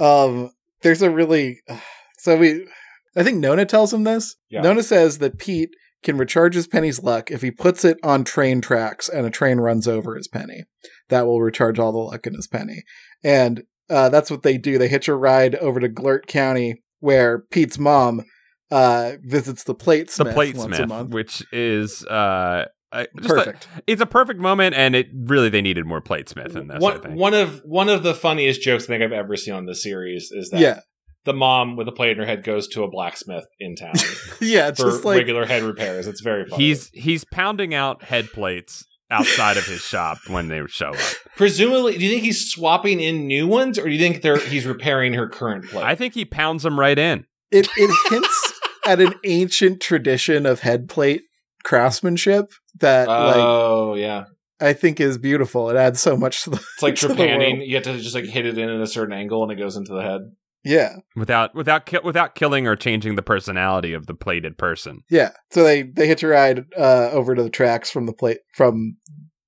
Speaker 1: um, there's a really (sighs) so we. I think Nona tells him this.
Speaker 2: Yeah.
Speaker 1: Nona says that Pete can recharge his penny's luck if he puts it on train tracks and a train runs over his penny. That will recharge all the luck in his penny. And uh, that's what they do. They hitch a ride over to Glert County, where Pete's mom uh, visits the plate
Speaker 3: The
Speaker 1: smith
Speaker 3: plate
Speaker 1: once a
Speaker 3: smith,
Speaker 1: month.
Speaker 3: which is uh, I- just a-
Speaker 1: Perfect.
Speaker 3: it's a perfect moment, and it really they needed more platesmith in this. I
Speaker 2: One,
Speaker 3: think.
Speaker 2: one of one of the funniest jokes I think I've ever seen on this series is that
Speaker 1: yeah,
Speaker 2: the mom with a plate in her head goes to a blacksmith in town
Speaker 1: yeah. (laughs) It's
Speaker 2: for
Speaker 1: just like
Speaker 2: regular head repairs. It's very funny.
Speaker 3: he's he's pounding out head plates outside of
Speaker 1: (laughs)
Speaker 3: his shop when they show up.
Speaker 2: presumably. Do you think he's swapping in new ones, or do you think they're he's repairing her current plate?
Speaker 3: I think he pounds them right in.
Speaker 1: it, it hints at an ancient tradition of headplate craftsmanship that like
Speaker 2: oh yeah.
Speaker 1: I think is beautiful. It adds so much to the (laughs)
Speaker 2: It's like
Speaker 1: to the
Speaker 2: trepanning. You have to just like hit it in at a certain angle, and it goes into the head.
Speaker 1: yeah
Speaker 3: without without ki- without killing or changing the personality of the plated person.
Speaker 1: yeah. So they they hitch a ride uh, over to the tracks from the plate from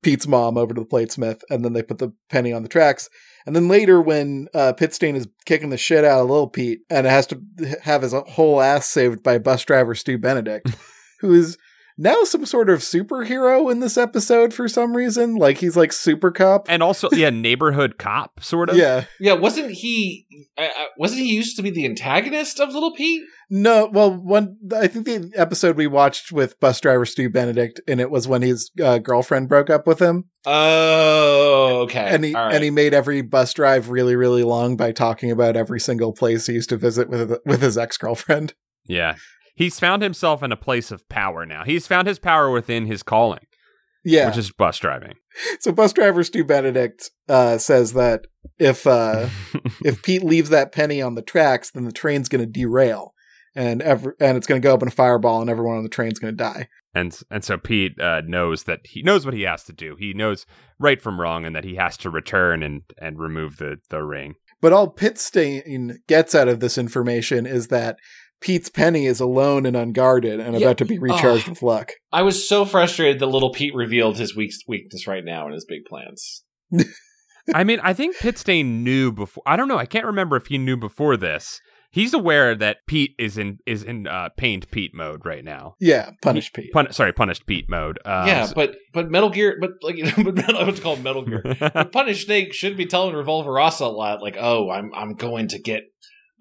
Speaker 1: Pete's mom over to the platesmith, and then they put the penny on the tracks. And then later, when uh, Pitstain is kicking the shit out of Little Pete and has to have his whole ass saved by bus driver Stu Benedict, (laughs) who is now some sort of superhero in this episode for some reason. Like he's like super cop. (laughs)
Speaker 3: And also, yeah, neighborhood cop sort of.
Speaker 1: Yeah.
Speaker 2: Yeah, wasn't he? I, I, wasn't he used to be the antagonist of Little Pete?
Speaker 1: No, well, one I think the episode we watched with bus driver Stu Benedict, and it was when his uh, girlfriend broke up with him,
Speaker 2: Oh, okay.
Speaker 1: and he
Speaker 2: All right.
Speaker 1: and he made every bus drive really, really long by talking about every single place he used to visit with with his ex girlfriend.
Speaker 3: yeah. He's found himself in a place of power now. He's found his power within his calling,
Speaker 1: Yeah,
Speaker 3: which is bus driving.
Speaker 1: so bus driver Stu Benedict uh, says that if
Speaker 2: (laughs)
Speaker 3: (laughs)
Speaker 1: uh, if Pete leaves that penny on the tracks, then the train's going to derail, and ever and it's going to go up in a fireball, and everyone on the train's going to die.
Speaker 3: and and so Pete uh, knows that he knows what he has to do. He knows right from wrong, and that he has to return and and remove the the ring.
Speaker 1: But all Pitstain gets out of this information is that Pete's penny is alone and unguarded and
Speaker 2: Yeah.
Speaker 1: about to be recharged
Speaker 2: Ah.
Speaker 1: with luck.
Speaker 2: I was so frustrated that Little Pete revealed his weak, weakness right now in his big plans.
Speaker 3: (laughs) I mean, I think Pitstain knew before. I don't know. I can't remember if he knew before this. He's aware that Pete is in is in uh, pained Pete mode right now.
Speaker 1: Yeah, punish Pete.
Speaker 3: Pun- sorry, punished Pete mode. Um,
Speaker 2: yeah,
Speaker 3: so-
Speaker 2: but but Metal Gear, but like (laughs) you know, but Metal- I want to call him Metal Gear.
Speaker 3: (laughs)
Speaker 2: But Punish Snake should be telling Revolver Rasa a lot, like, "Oh, I'm I'm going to get."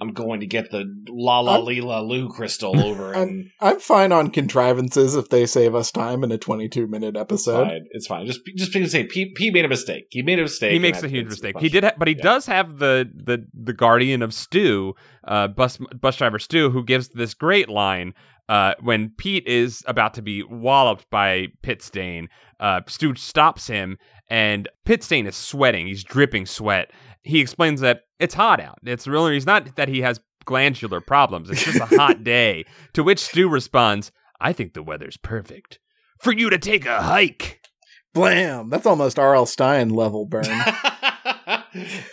Speaker 2: I'm going to get the La La
Speaker 1: I'm-
Speaker 2: Lee La Loo crystal over
Speaker 1: I'm
Speaker 2: and
Speaker 1: I'm fine on contrivances if they save us time in a 22 minute episode.
Speaker 2: fine. It's fine. Just just because say Pete, Pete made a mistake. He made a mistake.
Speaker 3: he
Speaker 2: and
Speaker 3: makes
Speaker 2: that-
Speaker 3: a huge
Speaker 2: it's
Speaker 3: mistake.
Speaker 2: punishable.
Speaker 3: He did, ha- but he
Speaker 2: Yeah.
Speaker 3: does have the the the guardian of Stu, uh, bus bus driver Stu, who gives this great line Uh, when Pete is about to be walloped by Pitstain, uh, Stu stops him, and Pitstain is sweating. He's dripping sweat. He explains that it's hot out. It's really he's not that he has glandular problems. It's just a
Speaker 2: (laughs)
Speaker 3: hot day. To which Stu responds, "I think the weather's perfect for you to take a hike."
Speaker 1: Blam! That's almost R.L. Stein level burn.
Speaker 2: (laughs)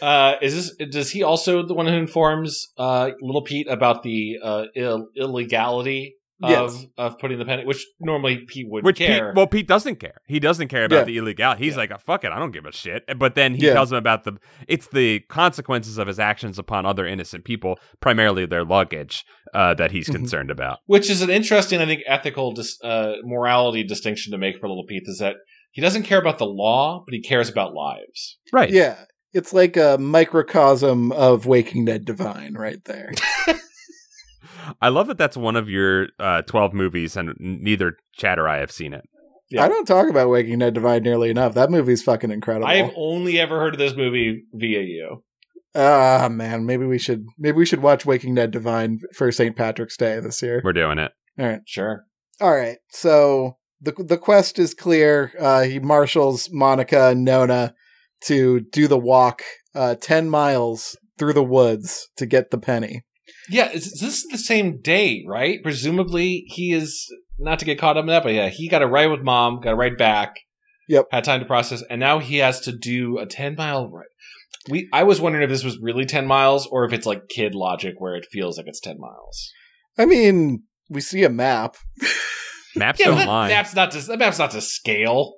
Speaker 2: uh, is this does he also the one who informs uh, little Pete about the uh, Ill- illegality of
Speaker 1: Yes.
Speaker 2: of putting the pen, which normally Pete wouldn't
Speaker 3: Which
Speaker 2: care.
Speaker 3: Pete, well, Pete doesn't care. He doesn't care about
Speaker 1: Yeah.
Speaker 3: the illegality. He's
Speaker 2: Yeah.
Speaker 3: like, "Oh, "Fuck it, I don't give a shit." But then he
Speaker 1: Yeah.
Speaker 3: tells him about the it's the consequences of his actions upon other innocent people, primarily their luggage, uh, that he's
Speaker 1: Mhm.
Speaker 3: concerned about.
Speaker 2: which is an interesting, I think, ethical dis- uh, morality distinction to make for little Pete is that he doesn't care about the law, but he cares about lives.
Speaker 3: Right.
Speaker 1: yeah, it's like a microcosm of Waking Dead Divine right there.
Speaker 3: I love that that's one of your uh, twelve movies, and neither Chad or I have seen it.
Speaker 2: Yeah.
Speaker 1: I don't talk about Waking Dead Divine nearly enough. That movie's fucking incredible.
Speaker 2: I have only ever heard of this movie via you.
Speaker 1: Ah man, maybe we should maybe we should watch Waking Dead Divine for St. Patrick's Day this year.
Speaker 3: We're doing it.
Speaker 2: Sure.
Speaker 1: All right. So the the quest is clear. Uh, he marshals Monica and Nona to do the walk uh, ten miles through the woods to get the penny.
Speaker 2: Yeah, is, is this the same day, right? Presumably, he is not to get caught up in that, but yeah, he got a ride with mom, got a ride back.
Speaker 1: Yep.
Speaker 2: Had time to process, and now he has to do a ten mile ride. We, I was wondering if this was really ten miles or if it's like kid logic where it feels like it's ten miles.
Speaker 1: I mean, we see a map.
Speaker 3: Maps
Speaker 2: Yeah, but
Speaker 3: don't
Speaker 2: that
Speaker 3: lie.
Speaker 2: map's not to that map's not to scale.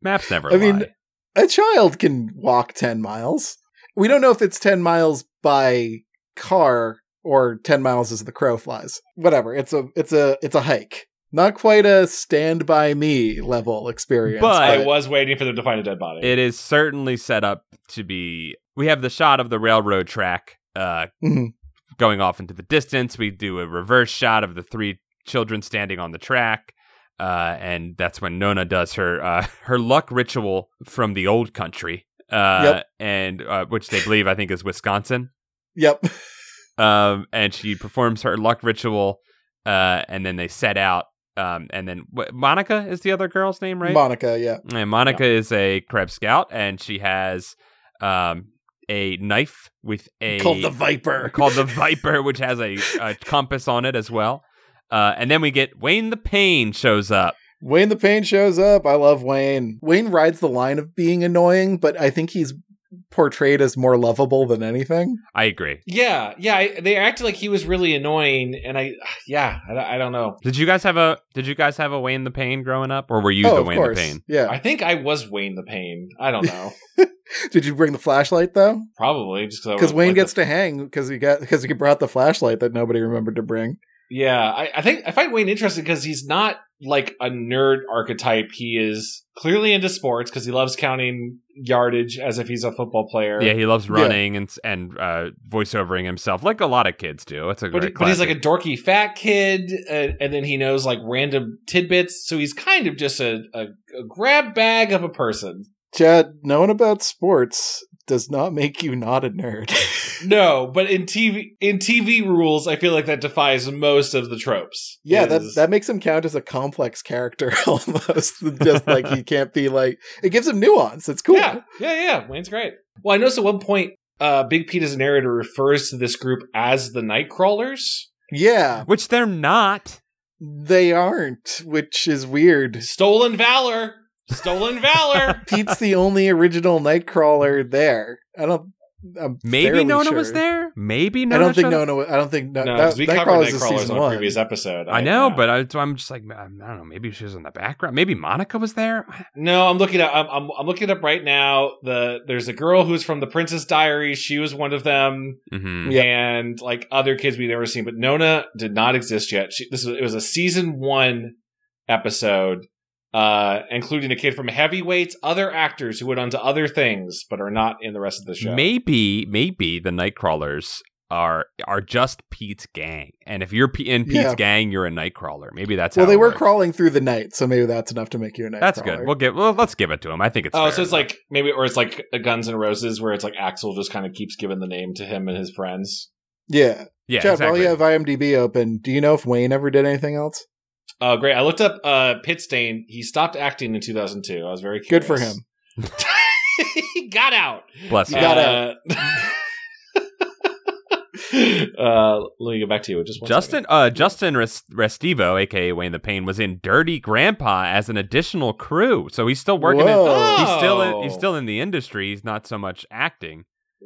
Speaker 3: Maps never
Speaker 1: I mean-
Speaker 3: lie.
Speaker 1: A child can walk ten miles. We don't know if it's ten miles by car or ten miles as the crow flies. Whatever. It's a it's a it's a hike. Not quite a stand by me level experience.
Speaker 3: But-
Speaker 2: I was waiting for them to find a dead body.
Speaker 3: It is certainly set up to be. We have the shot of the railroad track uh,
Speaker 1: (laughs) Mhm.
Speaker 3: going off into the distance. We do a reverse shot of the three children standing on the track, uh, and that's when Nona does her uh, (laughs) her luck ritual from the old country, uh,
Speaker 1: Yep.
Speaker 3: and uh, which they believe I think is Wisconsin.
Speaker 1: Yep.
Speaker 3: Um, and she performs her luck ritual, uh, and then they set out. Um, and then what, Monica is the other girl's name, right?
Speaker 1: Monica, yeah.
Speaker 3: And Monica is a Krebs scout, and she has um, a knife with a
Speaker 1: Called the Viper.
Speaker 3: (laughs) called the Viper, which has a, a compass on it as well. Uh, and then we get Wayne the Pain shows up.
Speaker 1: Wayne the Pain shows up. I love Wayne. Wayne rides the line of being annoying, but I think he's portrayed as more lovable than anything.
Speaker 3: I agree.
Speaker 2: yeah, yeah. I, they acted like he was really annoying, and I, yeah, I, don't- I don't know.
Speaker 3: Did you guys have a Did you guys have a Wayne the Pain growing up, or were you
Speaker 1: oh,
Speaker 3: the
Speaker 1: of
Speaker 3: Wayne
Speaker 1: course.
Speaker 3: the Pain?
Speaker 1: Yeah.
Speaker 2: I think I was Wayne the Pain. I
Speaker 1: (laughs)
Speaker 2: don't know.
Speaker 1: Did you bring the flashlight though?
Speaker 2: Probably just because
Speaker 1: Because Wayne gets to hang because he got because he brought the flashlight that nobody remembered to bring.
Speaker 2: yeah, I, I think I find Wayne interesting because he's not like a nerd archetype. He is clearly into sports because he loves counting yardage as if he's a football player.
Speaker 3: Yeah, he loves
Speaker 1: Yeah.
Speaker 3: running and and uh, voiceovering himself, like a lot of kids do. It's a
Speaker 2: but,
Speaker 3: great
Speaker 2: but he's like a
Speaker 3: classic.
Speaker 2: dorky fat kid, and, and then he knows like random tidbits. So he's kind of just a, a, a grab bag of a person.
Speaker 1: Chad, knowing about sports does not make you not a nerd. (laughs)
Speaker 2: No, but in TV in TV rules, I feel like that defies most of the tropes.
Speaker 1: yeah, that
Speaker 2: Is-
Speaker 1: that makes him count as a complex character (laughs) almost. Just like he can't be like it gives him nuance. It's cool.
Speaker 2: yeah, yeah, yeah. Wayne's great. Well, I noticed at one point, uh, Big Pete as a narrator refers to this group as the Nightcrawlers.
Speaker 1: yeah.
Speaker 3: which they're not.
Speaker 1: They aren't, which is weird.
Speaker 2: Stolen valor, stolen valor.
Speaker 1: Pete's the only original Nightcrawler there. I don't. I'm
Speaker 3: Maybe
Speaker 1: fairly
Speaker 3: Nona
Speaker 1: sure.
Speaker 3: was there. Maybe
Speaker 1: I
Speaker 3: Nona.
Speaker 1: don't think
Speaker 3: showed up?
Speaker 1: Nona. wa- I don't think no,
Speaker 2: no,
Speaker 1: (laughs) that,
Speaker 2: because we covered
Speaker 1: is
Speaker 2: Nightcrawlers
Speaker 1: season
Speaker 2: on a
Speaker 1: one.
Speaker 2: previous episode.
Speaker 3: I know,
Speaker 2: yeah.
Speaker 3: but I, so I'm just like I don't know. Maybe she was in the background. Maybe Monica was there.
Speaker 2: no, I'm looking up. I'm, I'm I'm looking it up right now. The there's a girl who's from the Princess Diaries. She was one of them.
Speaker 3: Mm-hmm.
Speaker 1: Yeah.
Speaker 2: and like other kids we've never seen. But Nona did not exist yet. She, this was, it was a season one episode, uh, including a kid from Heavyweights, other actors who went on to other things but are not in the rest of the show.
Speaker 3: Maybe, maybe the Nightcrawlers are are just Pete's gang, and if you're P- in Pete's
Speaker 1: Yeah.
Speaker 3: gang, you're a Nightcrawler. Maybe that's
Speaker 1: Well,
Speaker 3: how
Speaker 1: they
Speaker 3: it
Speaker 1: were
Speaker 3: works.
Speaker 1: crawling through the night, so maybe that's enough to make you a Nightcrawler.
Speaker 3: That's good. We'll give. Well, let's give it to him. I think it's.
Speaker 2: Oh,
Speaker 3: fair
Speaker 2: so it's
Speaker 3: enough.
Speaker 2: like maybe, or it's like a Guns N' Roses, where it's like Axel just kind of keeps giving the name to him and his friends.
Speaker 1: Yeah.
Speaker 3: Yeah,
Speaker 1: Chad, while
Speaker 3: exactly.
Speaker 1: you have IMDb open, do you know if Wayne ever did anything else?
Speaker 2: Uh, great. I looked up uh, Pit Stain. He stopped acting in 2002. I was very
Speaker 1: Good
Speaker 2: curious.
Speaker 1: for him.
Speaker 2: (laughs) he got out.
Speaker 3: Bless
Speaker 1: You
Speaker 3: you.
Speaker 1: got
Speaker 2: uh, (laughs) uh, let me get back to you. Just one
Speaker 3: Justin uh, Justin Res- Restivo, aka Wayne the Pain, was in Dirty Grandpa as an additional crew, so he's still working.
Speaker 1: Whoa.
Speaker 3: In, he's still in,
Speaker 2: Oh.
Speaker 3: he's still in the industry. He's not so much acting.
Speaker 2: second.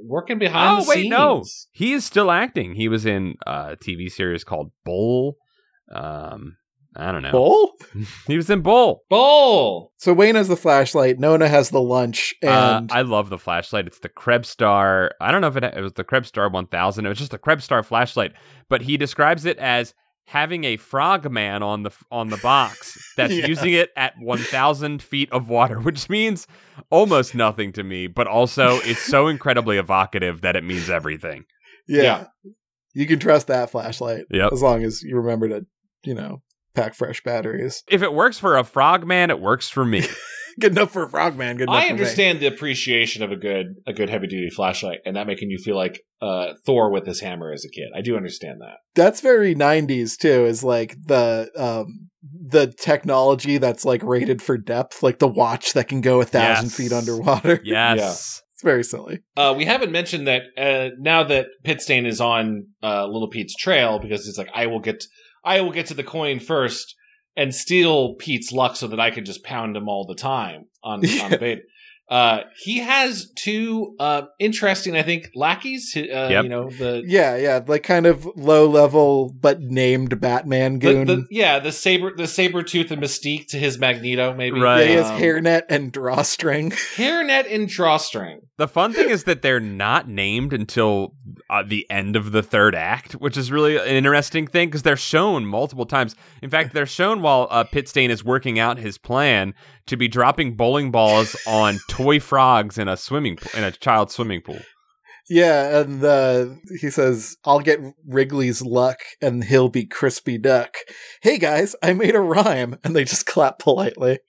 Speaker 2: working behind.
Speaker 3: oh
Speaker 2: the
Speaker 3: wait, no,
Speaker 2: scenes.
Speaker 3: he is still acting. He was in uh, a TV series called Bull. Um, I don't know.
Speaker 1: Bull?
Speaker 3: He was in Bull.
Speaker 2: Bull.
Speaker 1: So Wayne has the flashlight, Nona has the lunch,
Speaker 3: Uh,
Speaker 1: and
Speaker 3: I love the flashlight. It's the Krebstar. I don't know if it, it was the Krebstar 1000. It was just the Krebstar flashlight, but he describes it as having a frogman on the on
Speaker 1: (laughs)
Speaker 3: the box that's
Speaker 1: Yeah.
Speaker 3: using it at 1000 feet of water which means almost nothing to me but also it's so incredibly evocative that it means everything
Speaker 1: yeah.
Speaker 2: yeah.
Speaker 1: You can trust that flashlight
Speaker 3: yep
Speaker 1: as long as you remember to, you know, pack fresh batteries.
Speaker 3: if it works for a frogman it works
Speaker 1: (laughs)
Speaker 3: for me
Speaker 1: Good enough for Frogman. Good enough
Speaker 2: I
Speaker 1: for me.
Speaker 2: understand the appreciation of a good a good heavy duty flashlight, and that making you feel like uh, Thor with his hammer as a kid. I do understand that.
Speaker 1: That's very 90s too is like the um the technology that's like rated for depth, like the watch that can go a thousand
Speaker 3: Yes.
Speaker 1: feet underwater.
Speaker 3: yes
Speaker 1: (laughs) It's very silly.
Speaker 2: Uh, we haven't mentioned that uh, now that Pitstain is on uh, Little Pete's trail because he's like, I will get, I will get to the coin first and steal Pete's luck so that I can just pound him all the time on on the bait. Uh, he has two uh, interesting, I think, lackeys. Uh,
Speaker 3: Yep.
Speaker 2: You know the.
Speaker 1: Yeah, yeah, like kind of low level but named Batman
Speaker 2: The,
Speaker 1: goon.
Speaker 2: the, yeah, the saber, the saber tooth and Mystique to his Magneto, maybe.
Speaker 3: Right.
Speaker 1: yeah, he has
Speaker 2: Um,
Speaker 1: hairnet and drawstring. (laughs)
Speaker 2: hairnet and drawstring.
Speaker 3: The fun thing is that they're not named until uh, the end of the third act, which is really an interesting thing because they're shown multiple times. In fact, they're shown while uh, Pitstain is working out his plan to be dropping bowling balls on toy frogs in a swimming pool, in a child's swimming pool.
Speaker 1: Yeah, and uh, he says, "I'll get Wrigley's luck, and he'll be crispy duck." Hey guys, I made a rhyme, and they just clap politely.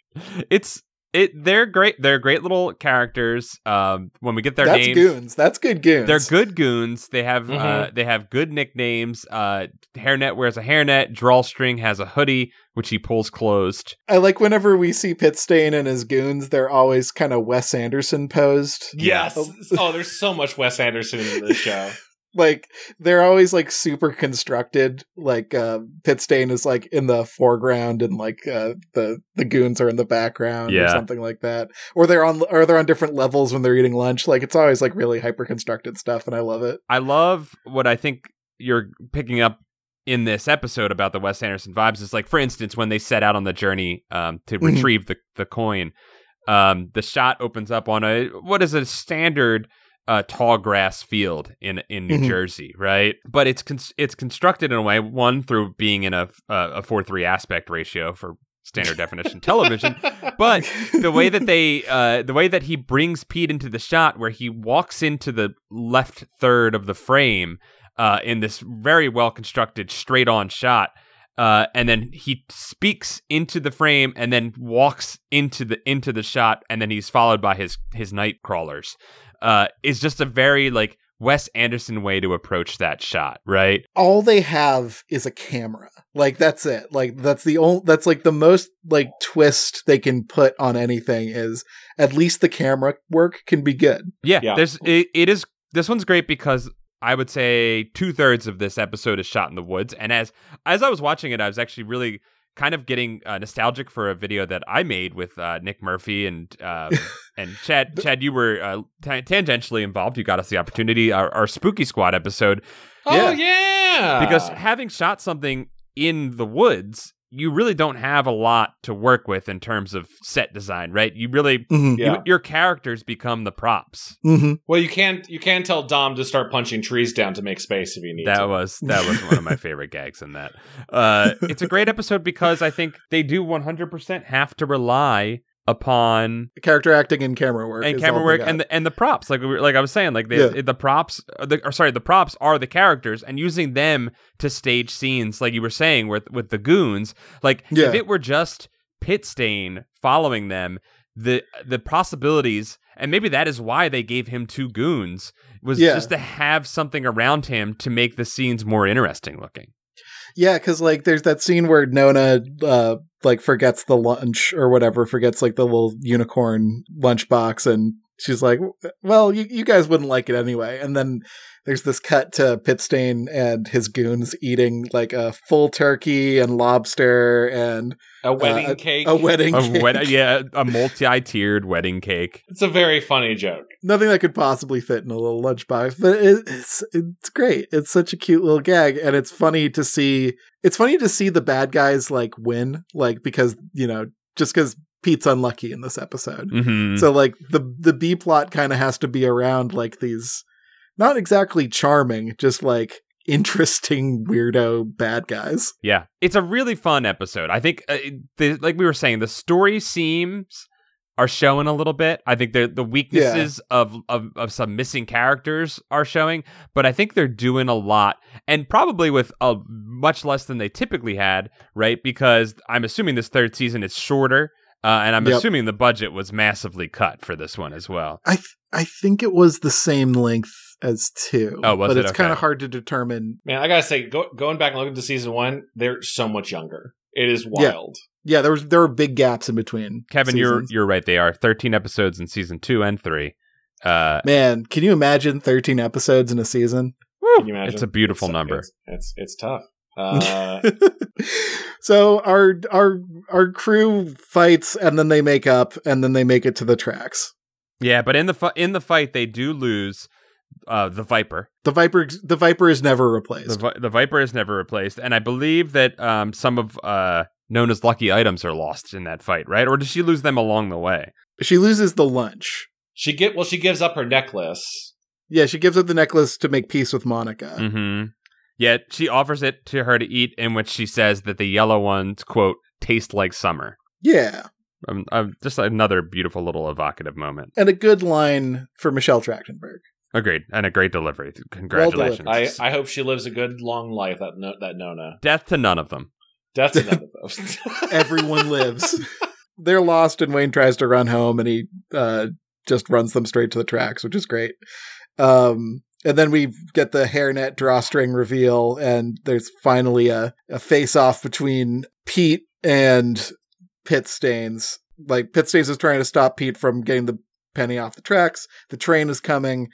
Speaker 3: It's it. They're great. They're great little characters. Um, when we get their
Speaker 1: That's
Speaker 3: names,
Speaker 1: goons. That's good goons.
Speaker 3: They're good goons. They have uh,
Speaker 2: Mhm.
Speaker 3: they have good nicknames. Uh, hairnet wears a hairnet. Drawstring has a hoodie, which he pulls closed.
Speaker 1: I like whenever we see Pitstain and his goons, they're always kind of Wes Anderson posed.
Speaker 3: Yeah.
Speaker 2: Yes. Oh, there's so much Wes Anderson in this show.
Speaker 1: Like they're always like super constructed. Like uh, Pitstain is like in the foreground, and like uh, the the goons are in the background, or
Speaker 3: Yeah.
Speaker 1: something like that. Or they're on or they're on different levels when they're eating lunch. Like it's always like really hyper constructed stuff, and I love it.
Speaker 3: I love what I think you're picking up in this episode about the Wes Anderson vibes is like, for instance, when they set out on the journey um, to
Speaker 1: Mhm.
Speaker 3: retrieve the, the coin, um, the shot opens up on a what is a standard uh, tall grass field in in New
Speaker 1: Mhm.
Speaker 3: Jersey, right? But it's cons- it's constructed in a way one through being in a uh, a four three aspect ratio for standard
Speaker 2: (laughs)
Speaker 3: definition television, but (laughs) the way
Speaker 1: (laughs)
Speaker 3: that they uh the way that he brings Pete into the shot where he walks into the left third of the frame uh in this very well constructed straight on shot uh and then he speaks into the frame and then walks into the into the shot and then he's followed by his his night crawlers uh is just a very like Wes Anderson way to approach that shot right
Speaker 1: all they have is a camera. Like that's it. Like that's the only that's like the most like twist they can put on anything is at least the camera work can be good.
Speaker 3: Yeah,
Speaker 2: Yeah.
Speaker 3: there's it, it is this one's great because I would say two thirds of this episode is shot in the woods, and as as I was watching it, I was actually really kind of getting uh, nostalgic for a video that I made with uh, Nick Murphy and um, and Chad. Chad, you were uh, ta- tangentially involved. You got us the opportunity our, our Spooky Squad episode
Speaker 2: Oh yeah.
Speaker 3: because having shot something in the woods. You really don't have a lot to work with in terms of set design, right? You really
Speaker 1: Mm-hmm.
Speaker 2: yeah.
Speaker 3: you, your characters become the props.
Speaker 1: Mm-hmm.
Speaker 2: Well, you can you can tell Dom to start punching trees down to make space if you need
Speaker 3: that
Speaker 2: to.
Speaker 3: was that was one
Speaker 2: (laughs)
Speaker 3: of my favorite gags in that uh it's a great episode because i think they do 100% have to rely upon
Speaker 1: Character acting and camera work.
Speaker 3: and
Speaker 1: is
Speaker 3: camera
Speaker 1: all they
Speaker 3: work
Speaker 1: got.
Speaker 3: and the, and the props like we were- like i was saying like they,
Speaker 1: Yeah.
Speaker 3: the props uh, the, or sorry the props are the characters and using them to stage scenes like you were saying with with the goons like
Speaker 1: Yeah.
Speaker 3: if it were just pit stain following them the the possibilities And maybe that is why they gave him two goons was
Speaker 1: Yeah.
Speaker 3: just to have something around him to make the scenes more interesting looking.
Speaker 1: Yeah, because like there's that scene where Nona uh like forgets the lunch or whatever, forgets like the little unicorn lunchbox, and she's like, "Well, you, you guys wouldn't like it anyway." And then there's this cut to Pitstain and his goons eating like a full turkey and lobster and
Speaker 2: A wedding
Speaker 1: Uh,
Speaker 2: cake.
Speaker 1: a wedding.
Speaker 3: (laughs) A
Speaker 1: cake.
Speaker 3: wed- yeah, a multi-tiered wedding cake.
Speaker 2: it's a very funny joke.
Speaker 1: nothing that could possibly fit in a little lunchbox, but it, it's it's great. It's such a cute little gag, and it's funny to see. It's funny to see the bad guys like win, like because you know just because Pete's unlucky in this episode.
Speaker 3: hmm
Speaker 1: So like the the B plot kind of has to be around like these, not exactly charming, just like interesting weirdo bad guys.
Speaker 3: Yeah, it's a really fun episode. I think, uh, it- the, like we were saying, the story seams are showing a little bit. I think the the weaknesses of, of of some missing characters are showing, but I think they're doing a lot, and probably with a much less than they typically had, right? Because I'm assuming this third season is shorter, uh, and I'm
Speaker 1: Yep.
Speaker 3: assuming the budget was massively cut for this one as well.
Speaker 1: I th- I think it was the same length as two.
Speaker 3: Oh, was
Speaker 1: but
Speaker 3: it?
Speaker 1: it's kind of
Speaker 3: Okay.
Speaker 1: hard to determine.
Speaker 2: Man, I gotta say, go, going back and looking to season one, they're so much younger. It is
Speaker 1: Yeah.
Speaker 2: wild.
Speaker 1: Yeah, there was there were big gaps in between.
Speaker 3: Kevin, you're
Speaker 1: seasons.
Speaker 3: you're right. They are 13 episodes in season two and three. Uh,
Speaker 1: Man, can you imagine 13 episodes in a season? (laughs)
Speaker 2: Can you imagine?
Speaker 3: It's a beautiful
Speaker 2: It's-
Speaker 3: number.
Speaker 2: It's it's, it's tough. Uh,
Speaker 1: so our our our crew fights and then they make up and then they make it to the tracks.
Speaker 3: Yeah, but in the fi- in the fight they do lose uh, the Viper.
Speaker 1: The Viper the Viper is never
Speaker 3: The,
Speaker 1: replaced.
Speaker 3: vi- the Viper is never replaced, and I believe that um, some of uh, Nona's lucky items are lost in that fight, right? Or does she lose them along the way?
Speaker 1: she loses the lunch.
Speaker 2: she get well. She gives up her necklace.
Speaker 1: Yeah, she gives up the necklace to make peace with Monica.
Speaker 3: hmm Yet she offers it to her to eat, in which she says that the yellow ones quote taste like summer.
Speaker 1: Yeah.
Speaker 3: Um, um, just another beautiful little evocative moment.
Speaker 1: And a good line for Michelle Trachtenberg.
Speaker 3: Agreed, and a great delivery. Congratulations.
Speaker 2: I, I hope she lives a good long life. That no, that Nona.
Speaker 3: Death to none of them.
Speaker 2: Death
Speaker 1: (laughs)
Speaker 2: to none of those. (laughs)
Speaker 1: Everyone lives. They're lost and Wayne tries to run home and he uh just runs them straight to the tracks, which is great. Um, and then we get the hairnet drawstring reveal, and there's finally a, a face off between Pete and Pit Stains. Like, Pit Stains is trying to stop Pete from getting the penny off the tracks. The train is coming,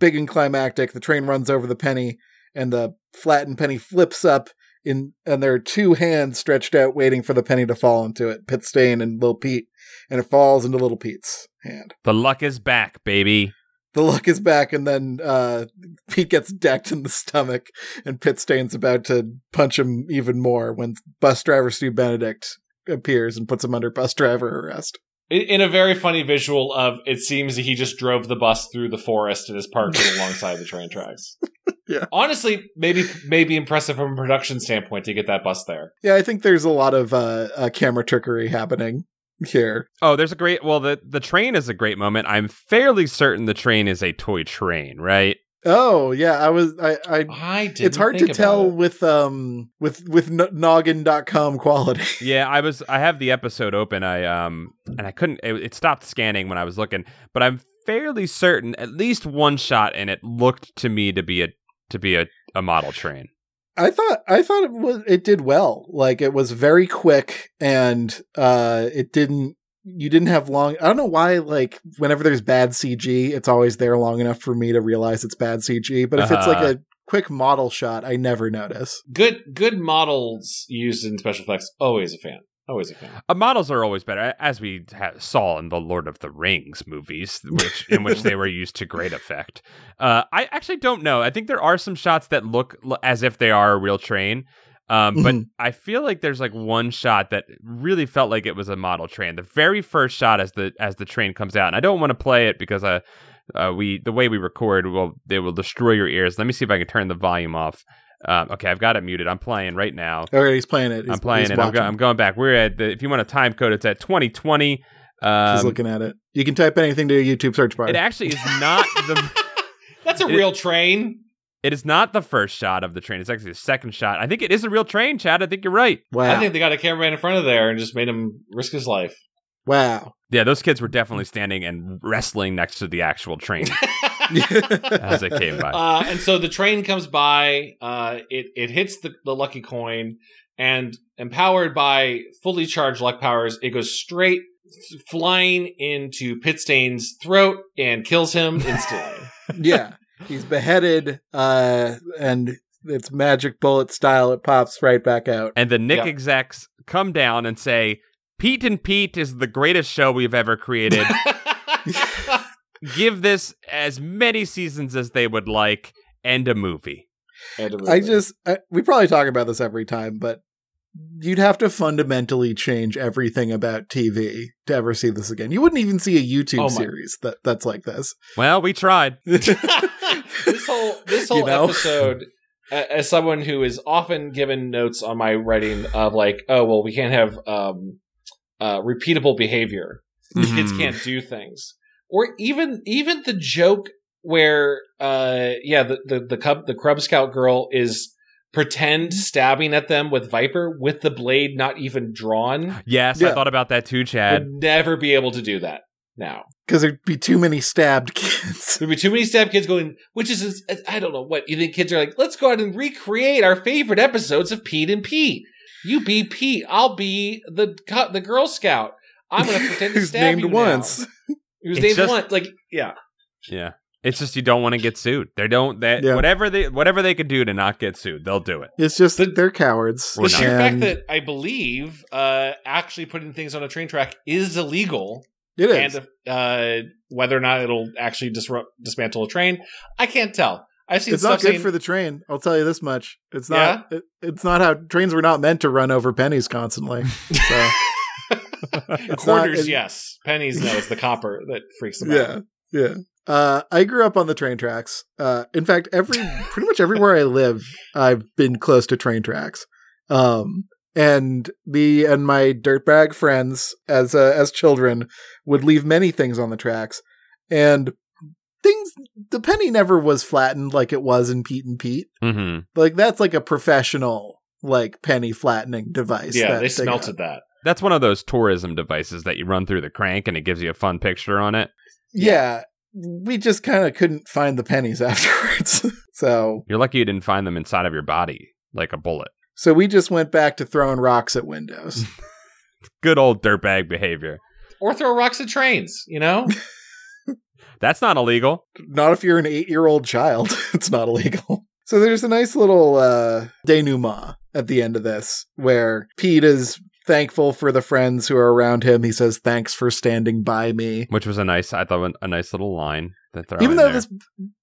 Speaker 1: big and climactic. The train runs over the penny, and the flattened penny flips up. In, and there are two hands stretched out waiting for the penny to fall into it, Pit Stain and Little Pete, and it falls into Little Pete's hand
Speaker 3: The luck is back, baby.
Speaker 1: the luck is back, and then uh, Pete gets decked in the stomach, and Pit Stain's about to punch him even more when bus driver Stu Benedict appears and puts him under bus driver arrest.
Speaker 2: in, in a very funny visual of it seems that he just drove the bus through the forest and is
Speaker 1: (laughs)
Speaker 2: parked alongside the train tracks.
Speaker 1: Yeah.
Speaker 2: Honestly, maybe maybe impressive from a production standpoint to get that bus there.
Speaker 1: Yeah, I think there's a lot of uh, uh, camera trickery happening here.
Speaker 3: Oh, there's a great. Well, the the train is a great moment. I'm fairly certain the train is a toy train, right?
Speaker 1: Oh yeah, I was I. I
Speaker 2: I did.
Speaker 1: it's hard to tell with um with with no- noggin.com quality.
Speaker 3: Yeah, I was. I have the episode open. I um, and I couldn't. It, it stopped scanning when I was looking, but I'm fairly certain at least one shot in it looked to me to be a to be a, a model train.
Speaker 1: I thought I thought it was it did well. Like it was very quick and uh it didn't you didn't have long I don't know why like whenever there's bad CG, it's always there long enough for me to realize it's bad CG. But if it's
Speaker 3: Uh-huh.
Speaker 1: like a quick model shot, I never notice.
Speaker 2: good good models used in special effects. Always a fan. Always a fan. (laughs)
Speaker 3: Uh, models are always better, a- as we ha- saw in the Lord of the Rings movies, which in which they were used to great effect. Uh, I actually don't know. I think there are some shots that look l- as if they are a real train, um, but
Speaker 1: Mhm.
Speaker 3: I feel like there's like one shot that really felt like it was a model train. The very first shot as the as the train comes out, and I don't want to play it because uh, uh, we the way we record will they will destroy your ears. Let me see if I can turn the volume off. Um, okay, I've got it muted. I'm playing right now.
Speaker 1: Okay, he's playing it. He's,
Speaker 3: I'm playing
Speaker 1: he's
Speaker 3: it. I'm, go-
Speaker 1: watching.
Speaker 3: I'm going back. We're at the, if you want a time code, it's at 2020.
Speaker 1: He's
Speaker 3: Um,
Speaker 1: looking at it. You can type anything to your YouTube search bar.
Speaker 3: it actually is not the (laughs)
Speaker 2: That's a
Speaker 3: It-
Speaker 2: real train.
Speaker 3: it is not the first shot of the train. It's actually the second shot. I think it is a real train, Chad. I think you're right.
Speaker 1: wow. (laughs)
Speaker 2: I think they got a cameraman in front of there and just made him risk his life. (laughs)
Speaker 1: Wow.
Speaker 3: Yeah, those kids were definitely standing and wrestling next to the actual train as it came by.
Speaker 2: Uh, and so the train comes by. Uh, it it hits the, the lucky coin, and empowered by fully charged luck powers, it goes straight flying into Pitstain's throat and kills him instantly.
Speaker 1: yeah. He's beheaded, uh, and it's magic bullet style. It pops right back out.
Speaker 3: And the Nick
Speaker 2: Yep.
Speaker 3: execs come down and say, Pete and Pete is the greatest show we've ever created. Give this as many seasons as they would like and a movie.
Speaker 2: And a
Speaker 1: I
Speaker 2: movie.
Speaker 1: just, I, we probably talk about this every time, but you'd have to fundamentally change everything about TV to ever see this again. You wouldn't even see a YouTube
Speaker 2: Oh my-
Speaker 1: series that that's like this. (laughs)
Speaker 3: Well, we tried.
Speaker 2: (laughs) this whole this whole
Speaker 1: You know?
Speaker 2: episode a- as someone who is often given notes on my writing of like oh well we can't have um uh repeatable behavior kids
Speaker 3: Mhm.
Speaker 2: can't do things or even even the joke where uh yeah the the the cub the cub scout girl is pretend stabbing at them with viper with the blade not even drawn
Speaker 3: Yes, I
Speaker 1: Yeah.
Speaker 3: thought about that too,
Speaker 2: would
Speaker 3: Chad.
Speaker 2: never be able to do that now
Speaker 1: Because there'd be too many stabbed kids.
Speaker 2: There'd be too many stab kids going, which is, I don't know what. You think kids are like, let's go out and recreate our favorite episodes of Pete and Pete. You be Pete. I'll be the co- the Girl Scout. I'm going to pretend
Speaker 1: (laughs)
Speaker 2: to
Speaker 1: Who's
Speaker 2: stab
Speaker 1: named
Speaker 2: you
Speaker 1: once.
Speaker 2: Now. It was
Speaker 3: It's
Speaker 2: named
Speaker 3: just-
Speaker 2: once. Like, yeah.
Speaker 3: Yeah. It's just you don't want to get sued. They don't that
Speaker 1: Yeah.
Speaker 3: whatever they whatever they can do to not get sued, they'll do it.
Speaker 1: It's just
Speaker 2: The-
Speaker 1: they're cowards.
Speaker 3: We're
Speaker 2: The
Speaker 3: not.
Speaker 2: sheer fact
Speaker 1: And
Speaker 2: that I believe uh, actually putting things on a train track is illegal,
Speaker 1: it is.
Speaker 2: and uh, whether or not it'll actually disrupt dismantle a train, I can't tell. I've seen
Speaker 1: it's
Speaker 2: stuff
Speaker 1: not good
Speaker 2: saying-
Speaker 1: for the train. I'll tell you this much. It's not. It, it's not how trains were not meant to run over pennies
Speaker 2: (laughs)
Speaker 1: constantly. So (laughs) not-
Speaker 2: quarters.
Speaker 1: it-
Speaker 2: yes, pennies. No, it's the copper that freaks them out.
Speaker 1: yeah, yeah. Uh, I grew up on the train tracks. Uh, in fact, every pretty much everywhere I live, I've been close to train tracks. Um, and me and my dirtbag friends, as uh, as children, would leave many things on the tracks, and things. The penny never was flattened like it was in Pete and Pete.
Speaker 3: Mm-hmm.
Speaker 1: like that's like a professional like penny flattening device.
Speaker 2: Yeah,
Speaker 1: (laughs) that
Speaker 2: they
Speaker 1: got.
Speaker 2: smelted that.
Speaker 3: That's one of those tourism devices that you run through the crank and it gives you a fun picture on it.
Speaker 1: Yeah, we just kind of couldn't find the pennies (laughs) afterwards, so
Speaker 3: You're lucky you didn't find them inside of your body like a bullet.
Speaker 1: so we just went back to throwing rocks at windows.
Speaker 3: Good old dirtbag behavior.
Speaker 2: Or throw rocks at trains,
Speaker 1: (laughs)
Speaker 2: you know?
Speaker 3: That's not illegal.
Speaker 1: not if you're an eight year old child, (laughs) it's not illegal. So there's a nice little uh, denouement at the end of this where Pete is thankful for the friends who are around him. He says, "Thanks for standing by me."
Speaker 3: which was a nice I thought a nice little line that they're
Speaker 1: even though this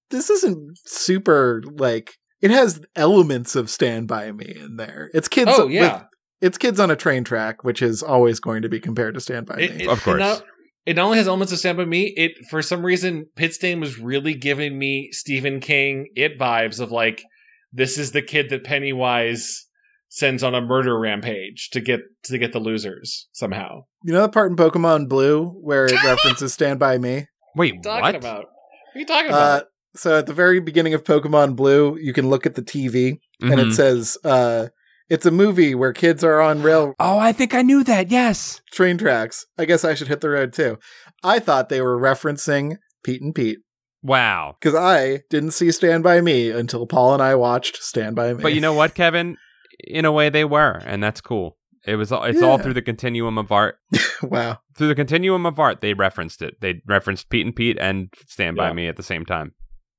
Speaker 1: this isn't super like it has elements of stand by me in there it's kids
Speaker 2: oh,
Speaker 1: with-
Speaker 2: yeah.
Speaker 1: it's kids on a train track which is always going to be compared to stand by
Speaker 2: It-
Speaker 1: me
Speaker 2: it-
Speaker 3: Of course.
Speaker 2: It not, it not only has elements of Stand By Me, it, for some reason, Pitstain was really giving me Stephen King it vibes of like, this is the kid that Pennywise sends on a murder rampage to get to get the losers somehow.
Speaker 1: you know the part in pokemon blue where it references stand by me
Speaker 3: Wait,
Speaker 2: What are you
Speaker 3: what?
Speaker 2: talking about? What are you
Speaker 3: (laughs)
Speaker 2: talking
Speaker 1: uh,
Speaker 2: about?
Speaker 1: so at the very beginning of pokemon blue you can look at the tv and
Speaker 3: Mhm.
Speaker 1: it says uh, it's a movie where kids are on rail
Speaker 3: Oh, I think I knew that. Yes.
Speaker 1: train tracks i guess i should hit the road too i thought they were referencing pete and pete
Speaker 3: Wow.
Speaker 1: because I didn't see Stand By Me until Paul and I watched Stand By Me.
Speaker 3: But you know what, Kevin? In a way they were, and that's cool. It was all, it's all
Speaker 1: Yeah.
Speaker 3: through the continuum of art.
Speaker 1: (laughs) wow,
Speaker 3: Through the continuum of art, they referenced it. They referenced Pete and Pete and Stand by
Speaker 2: Yeah.
Speaker 3: Me at the same time.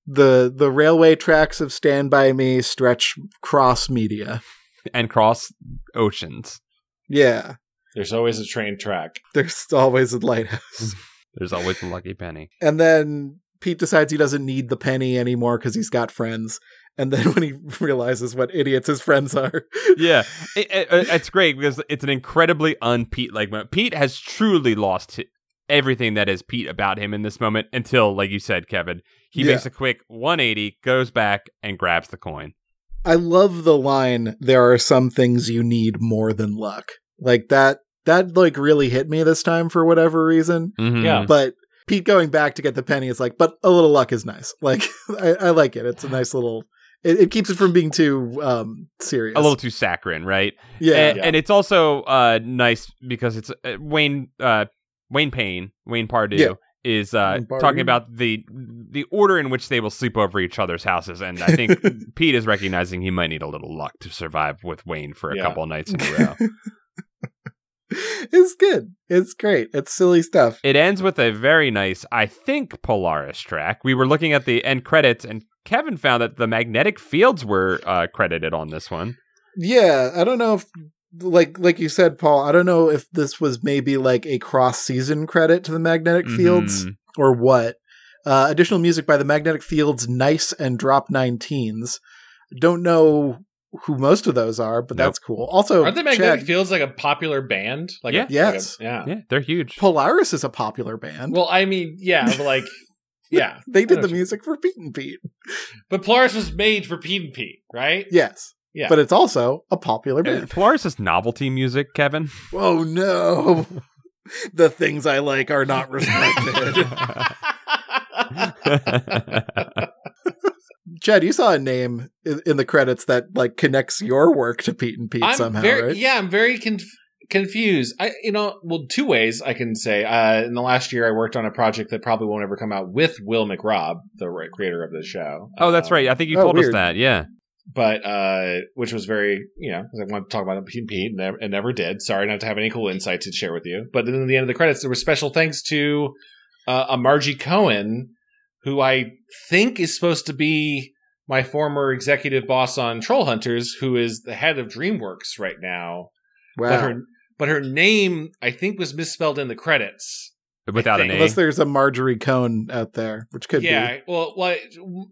Speaker 1: the the railway tracks of Stand By Me stretch cross media.
Speaker 3: And cross oceans.
Speaker 1: Yeah,
Speaker 2: There's always a train track.
Speaker 1: there's always a lighthouse,
Speaker 3: There's always a lucky penny.
Speaker 1: and then Pete decides he doesn't need the penny anymore because he's got friends. And then (laughs) when he realizes what idiots his friends are,
Speaker 2: (laughs)
Speaker 3: yeah, it, it- it- it's great because it's an incredibly un-Pete like moment. Pete has truly lost hi- everything that is Pete about him in this moment until, like you said, Kevin, he
Speaker 1: Yeah.
Speaker 3: makes a quick 180, goes back and grabs the coin.
Speaker 1: I love the line. There are some things you need more than luck. Like that. That like really hit me this time for whatever reason.
Speaker 3: Mm-hmm.
Speaker 2: Yeah.
Speaker 1: but Pete going back to get the penny is like, but a little luck is nice. (laughs) Like I, I like it. It's a nice little. It, it keeps it from being too um serious.
Speaker 3: a little too saccharine, right? (laughs)
Speaker 1: yeah.
Speaker 3: and,
Speaker 2: Yeah.
Speaker 3: and it's also uh, nice because it's uh, Wayne uh, Wayne Payne, Wayne Pardue,
Speaker 1: Yeah.
Speaker 3: is uh,
Speaker 1: Wayne Pardue.
Speaker 3: talking about the the order in which they will sleep over each other's houses, and I
Speaker 1: (laughs)
Speaker 3: think Pete is recognizing he might need a little luck to survive with Wayne for a
Speaker 2: Yeah.
Speaker 3: couple of nights in
Speaker 1: (laughs)
Speaker 3: a row.
Speaker 1: it's good. It's great. It's silly stuff.
Speaker 3: It ends with a very nice, I think, Polaris track. We were looking at the end credits, and Kevin found that the magnetic fields were uh, credited on this one.
Speaker 1: Yeah, I don't know if like like you said, Paul. I don't know if this was maybe like a cross season credit to the Magnetic
Speaker 2: Mm-hmm.
Speaker 1: Fields
Speaker 3: Mhm.
Speaker 1: or what. Uh, additional music by the Magnetic Fields, Nice and Drop 19s. Don't know who most of those are, but
Speaker 3: Nope.
Speaker 1: that's cool. Also,
Speaker 2: Aren't the Magnetic
Speaker 1: oh, Chad,
Speaker 2: Fields like a popular band? Like,
Speaker 3: Yeah.
Speaker 2: a,
Speaker 1: Yes.
Speaker 2: like a- yeah.
Speaker 3: Yeah, they're huge.
Speaker 1: Polaris is a popular band.
Speaker 2: Well, I mean, yeah,
Speaker 1: (laughs)
Speaker 2: but like, yeah.
Speaker 1: they
Speaker 2: I
Speaker 1: did
Speaker 2: know
Speaker 1: the music for Pete and Pete.
Speaker 2: But Polaris was made for Pete and Pete,
Speaker 1: (laughs)
Speaker 3: (laughs)
Speaker 2: right? (laughs)
Speaker 1: Yes.
Speaker 2: Yeah.
Speaker 1: But it's also a popular
Speaker 3: Uh,
Speaker 1: band.
Speaker 3: Polaris is novelty music, Kevin. (laughs)
Speaker 1: Oh no. (laughs) the things I like are
Speaker 2: (laughs)
Speaker 1: not respected. Chad, you saw a name in, in the credits that like connects your work to Pete and Pete
Speaker 2: I'm
Speaker 1: somehow,
Speaker 2: very,
Speaker 1: right?
Speaker 2: yeah, I'm very conf- confused. I, you know, well, two ways I can say. Uh, in the last year, I worked on a project that probably won't ever come out with Will McRobb, the ri- creator of the show.
Speaker 3: oh, that's
Speaker 2: Um,
Speaker 3: right. I think you
Speaker 1: Oh,
Speaker 3: told us
Speaker 1: weird.
Speaker 3: that. Yeah.
Speaker 2: but uh, which was very, you know, 'cause I wanted to talk about Pete and Pete and never, and never did. Sorry not to have any cool insight to share with you. But then at the end of the credits, there was special thanks to uh, Amarji Cohen, who I think is supposed to be my former executive boss on Troll Hunters, who is the head of DreamWorks right now. But
Speaker 1: Wow.
Speaker 2: her, but her name, I think, was misspelled in the credits.
Speaker 3: Without an
Speaker 2: think-
Speaker 3: A.
Speaker 1: Unless there's a Marjorie Cohn out there, which could
Speaker 2: yeah, well, well,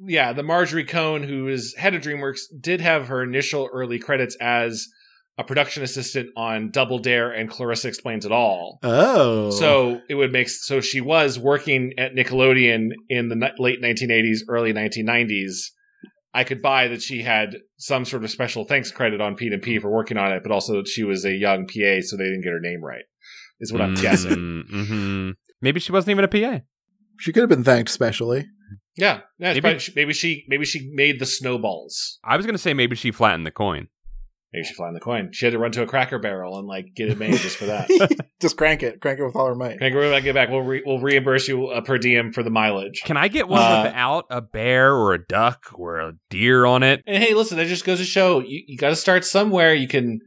Speaker 2: yeah, the Marjorie Cohn, who is head of DreamWorks, did have her initial early credits as a production assistant on Double Dare and Clarissa Explains It All.
Speaker 1: be. Oh.
Speaker 2: So it would make so she was working at Nickelodeon in the ni- late 1980s, early 1990s. I could buy that she had some sort of special thanks credit on P and P for working on it, but also that she was a young PA, so they didn't get her name right. Is what
Speaker 1: Mm.
Speaker 2: I'm guessing.
Speaker 3: Mm-hmm. Maybe she wasn't even a PA.
Speaker 1: she could have been thanked
Speaker 3: (laughs)
Speaker 1: specially. (laughs)
Speaker 2: Yeah, yeah it's
Speaker 3: Maybe-
Speaker 2: probably- she- maybe she maybe she made the snowballs.
Speaker 3: I was going to say maybe she flattened the coin.
Speaker 2: Maybe she flattened the coin. She had to run to a cracker barrel and like get it made just for
Speaker 1: (laughs)
Speaker 2: that.
Speaker 1: Just crank it. Crank it with all her might.
Speaker 2: Cracker barrel, get back. We'll re- we'll reimburse you uh, per diem for the mileage.
Speaker 3: Can I get one
Speaker 2: Uh,
Speaker 3: without a bear or a duck or a deer on it?
Speaker 2: And hey, listen, that just goes to show you, you got to start somewhere. You can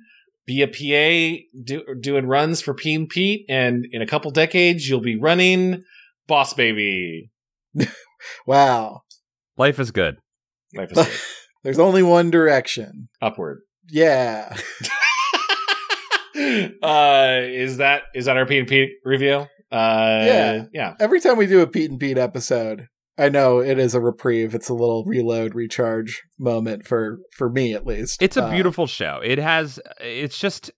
Speaker 2: be a PA do, doing runs for Pete and Pete, and in a couple decades, you'll be running Boss Baby.
Speaker 1: Wow.
Speaker 3: Life is good.
Speaker 2: Life is good.
Speaker 1: There's only one direction.
Speaker 2: upward.
Speaker 1: Yeah.
Speaker 2: uh, is that is that our P and Pete review? Uh,
Speaker 1: Yeah.
Speaker 2: yeah.
Speaker 1: Every time we do a Pete and Pete episode, I know it is a reprieve. It's a little reload, recharge moment for for me at least.
Speaker 3: It's a
Speaker 1: Uh,
Speaker 3: beautiful show. It has. It's just.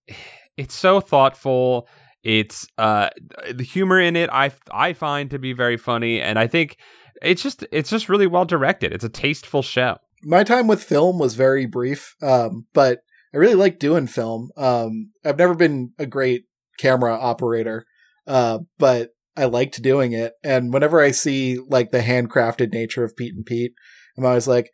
Speaker 3: It's so thoughtful. It's uh the humor in it. I I find to be very funny, and I think it's just it's just really well directed. It's a tasteful show.
Speaker 1: my time with film was very brief, um, but I really like doing film. Um, I've never been a great camera operator, uh, but I liked doing it. And whenever I see like the handcrafted nature of Pete and Pete, I'm always like,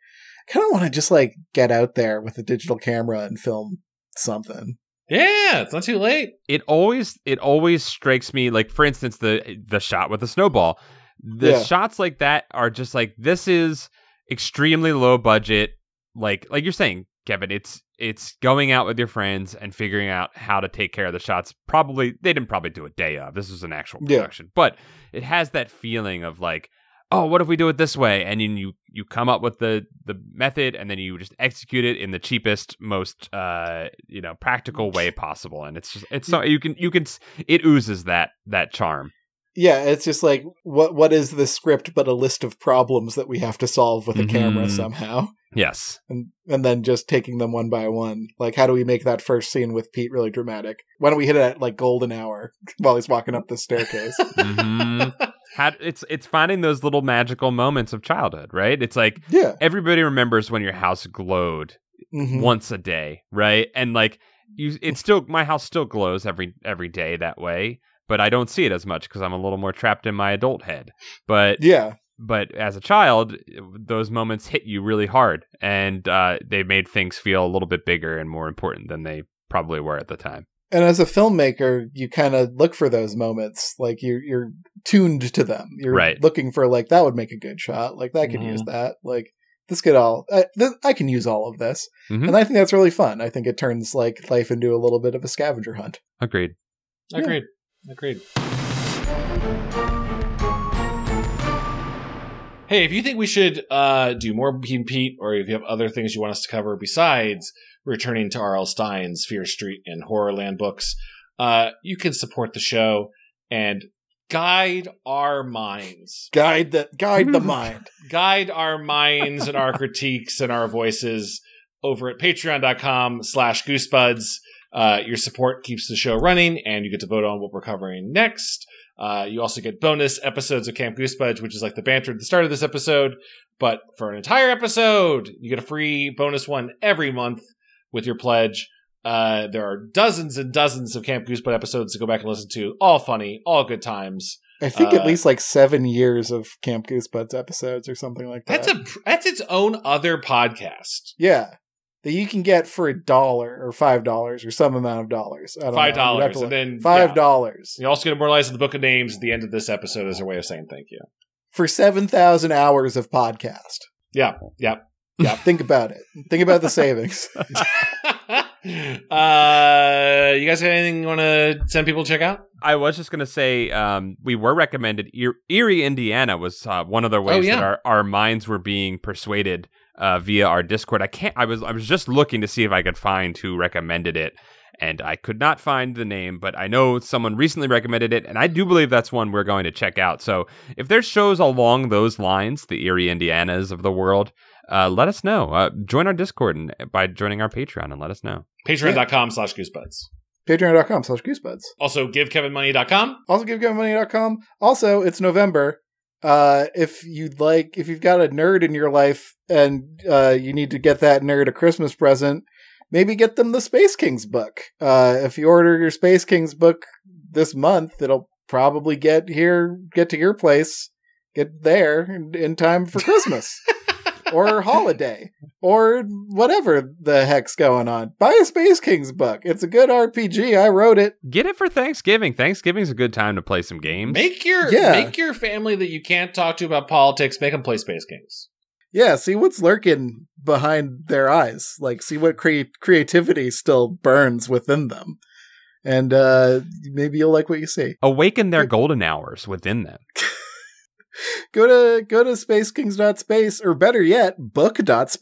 Speaker 1: I kind of want to just like get out there with a digital camera and film something.
Speaker 2: Yeah, it's not too late.
Speaker 3: It always it always strikes me like for instance the the shot with the snowball. The
Speaker 1: Yeah.
Speaker 3: shots like that are just like this is extremely low budget. Like like you're saying, Kevin, it's it's going out with your friends and figuring out how to take care of the shots. Probably they didn't probably do a day of. This was an actual
Speaker 1: Yeah.
Speaker 3: production, but it has that feeling of like, oh, what if we do it this way? And then you you come up with the the method, and then you just execute it in the cheapest, most uh you know practical way possible. And it's just it's so you can you can s- it oozes that that charm.
Speaker 1: Yeah, it's just like what what is the script but a list of problems that we have to solve with a
Speaker 3: Mhm.
Speaker 1: camera somehow.
Speaker 3: Yes.
Speaker 1: and and then just taking them one by one. Like, how do we make that first scene with Pete really dramatic? Why don't we hit it at like golden hour (laughs) while he's walking up the staircase?
Speaker 2: (laughs)
Speaker 3: Mhm. How, it's it's finding those little magical moments of childhood, right? It's like
Speaker 1: (laughs) yeah,
Speaker 3: everybody remembers when your house glowed
Speaker 1: Mhm.
Speaker 3: once a day, right? And like you it's still my house still glows every every day that way, but I don't see it as much cuz I'm a little more trapped in my adult head. But
Speaker 1: yeah,
Speaker 3: but as a child, those moments hit you really hard and uh they made things feel a little bit bigger and more important than they probably were at the time.
Speaker 1: and as a filmmaker, you kind of look for those moments. Like you're you're tuned to them. You're
Speaker 3: Right.
Speaker 1: looking for like that would make a good shot. Like that could
Speaker 2: Mhm.
Speaker 1: use that. Like this could all I, th- I can use all of this,
Speaker 3: Mhm.
Speaker 1: and I think that's really fun. I think it turns like life into a little bit of a scavenger hunt.
Speaker 3: Agreed.
Speaker 1: Yeah.
Speaker 2: Agreed. Agreed. Hey, if you think we should uh, do more Bean Pete, or if you have other things you want us to cover besides returning to R.L. Stein's Fear Street and Horrorland books, uh, you can support the show and guide our minds
Speaker 1: Guide the guide the mind.
Speaker 2: guide our minds and our critiques and our voices over at patreon.com slash goosebuds uh, your support keeps the show running and you get to vote on what we're covering next uh, you also get bonus episodes of camp goosebuds which is like the banter at the start of this episode but for an entire episode you get a free bonus one every month with your pledge uh, there are dozens and dozens of camp goosebud episodes to go back and listen to all funny all good times
Speaker 1: I think
Speaker 2: Uh,
Speaker 1: at least like seven years of Camp Goosebuds episodes or something like that.
Speaker 2: that's a that's its own other podcast
Speaker 1: Yeah. That you can get for a dollar or five dollars or some amount of dollars. I don't
Speaker 2: five
Speaker 1: know. You'd have to
Speaker 2: dollars, and
Speaker 1: look.
Speaker 2: then
Speaker 1: Five
Speaker 2: yeah.
Speaker 1: dollars
Speaker 2: You also get immortalized in the book of names at the end of this episode as a way of saying thank
Speaker 1: (laughs)
Speaker 2: you. (laughs)
Speaker 1: for seven thousand hours of podcast.
Speaker 2: Yeah, yeah, yeah.
Speaker 1: Think about it. Think about
Speaker 2: (laughs)
Speaker 1: the savings.
Speaker 2: uh, you guys got anything you want to send people to check out?
Speaker 3: I was just gonna say um, we were recommended Eer- Erie, Indiana was uh, one of the ways
Speaker 2: yeah.
Speaker 3: that our, our minds were being persuaded uh, via our Discord. I can't. I was I was just looking to see if I could find who recommended it, and I could not find the name. But I know someone recently recommended it, and I do believe that's one we're going to check out. So if there's shows along those lines, the Erie, Indianas of the world. Uh, let us know. Uh, join our Discord and, by joining our Patreon and let us know.
Speaker 2: Patreon.com slash goosebuds.
Speaker 1: Patreon.com slash goosebuds.
Speaker 2: Also, givekevinmoney.com.
Speaker 1: Also givegivemoney.com. Also, it's November. Uh, if you'd like, if you've got a nerd in your life and uh, you need to get that nerd a Christmas present, maybe get them the Space Kings book. Uh, if you order your Space Kings book this month, it'll probably get here, get to your place, get there in, in time for Christmas or holiday or whatever the heck's going on. Buy a Space Kings book. It's a good RPG. I wrote it.
Speaker 3: Get it for Thanksgiving. Thanksgiving's a good time to play some games.
Speaker 2: Make your
Speaker 1: Yeah.
Speaker 2: make your family that you can't talk to about politics, make them play Space Kings.
Speaker 1: Yeah, see what's lurking behind their eyes. Like, see what crea- creativity still burns within them. And uh, maybe you'll like what you see.
Speaker 3: awaken their golden hours within them.
Speaker 1: Go to go to spacekings.space, or better yet,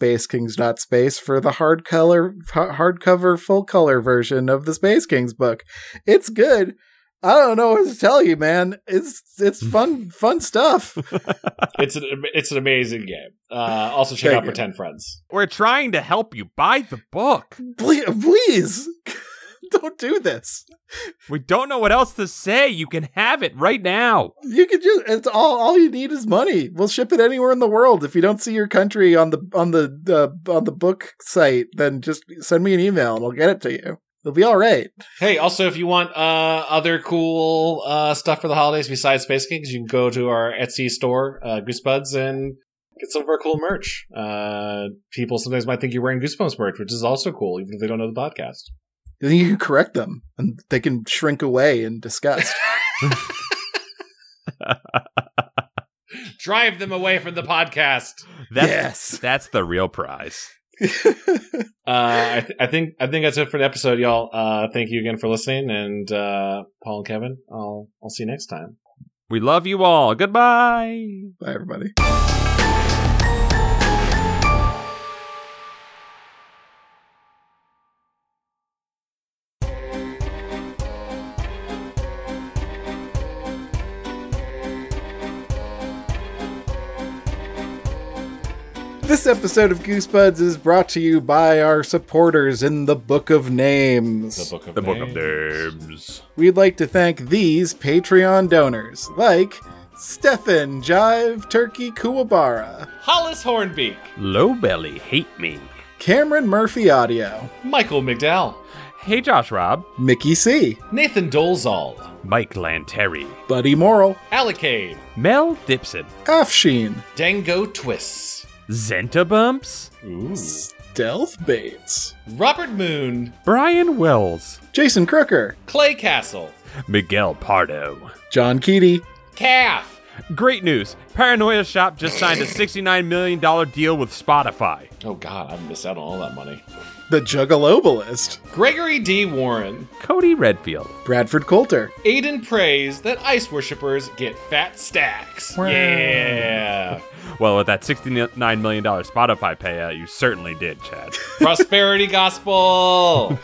Speaker 1: book.spacekings.space for the hard color, h- hardcover, full color version of the Space Kings book. It's good. I don't know what to tell you, man. It's it's fun fun stuff.
Speaker 2: It's an it's an amazing game. Uh, also check
Speaker 1: Thank
Speaker 2: out
Speaker 1: you.
Speaker 2: Pretend Friends.
Speaker 3: We're trying to help you buy the book.
Speaker 1: Please, please (laughs) don't do this.
Speaker 3: We don't know what else to say. You can have it right now.
Speaker 1: You could just it's all all you need is money. We'll ship it anywhere in the world. If you don't see your country on the on the uh, on the book site, then just send me an email and I'll get it to you. It'll be all right.
Speaker 2: Hey, also if you want uh, other cool uh, stuff for the holidays besides Space Kings, you can go to our Etsy store, uh, Goosebuds, and get some of our cool merch. Uh, people sometimes might think you're wearing Goosebumps merch, which is also cool, even if they don't know the podcast.
Speaker 1: Then you can correct them and they can shrink away in disgust.
Speaker 2: Drive them away from the podcast.
Speaker 3: That's,
Speaker 1: Yes.
Speaker 3: That's the real prize.
Speaker 2: Uh, I, th- I think I think that's it for the episode, y'all. Uh, thank you again for listening, and uh, Paul and Kevin, I'll I'll see you next time.
Speaker 3: We love you all. Goodbye.
Speaker 1: Bye everybody. This episode of Goosebuds is brought to you by our supporters in the Book of Names.
Speaker 2: book of
Speaker 3: Derbs.
Speaker 1: We'd like to thank these Patreon donors, like Stefan Jive Turkey Kuwabara,
Speaker 2: Hollis Hornbeak,
Speaker 3: Low belly hate me.
Speaker 1: Cameron Murphy Audio,
Speaker 2: Michael McDowell,
Speaker 3: Hey Josh Rob.
Speaker 1: Mickey C,
Speaker 2: Nathan Dolezal,
Speaker 3: Mike Lanteri.
Speaker 1: Buddy Morrill,
Speaker 2: Allocade,
Speaker 3: Mel Dipson.
Speaker 1: Afshin,
Speaker 2: Dango Twists.
Speaker 3: Zenta Bumps.
Speaker 2: Ooh.
Speaker 1: Stealth Bates,
Speaker 2: Robert Moon,
Speaker 3: Brian Wells,
Speaker 1: Jason Crooker,
Speaker 2: Clay Castle,
Speaker 3: Miguel Pardo.
Speaker 1: John Keaty,
Speaker 2: Calf.
Speaker 3: Great news! Paranoia Shop just signed a $69 million deal with Spotify.
Speaker 2: Oh God, I've missed out on all that money.
Speaker 1: the Juggalobalist,
Speaker 2: Gregory D. Warren.
Speaker 3: Cody Redfield.
Speaker 1: Bradford Coulter,
Speaker 2: Aiden prays that ice worshippers get fat stacks.
Speaker 1: Wow.
Speaker 2: Yeah.
Speaker 3: Well, with that $69 million Spotify payout, you certainly did, Chad.
Speaker 2: Prosperity gospel.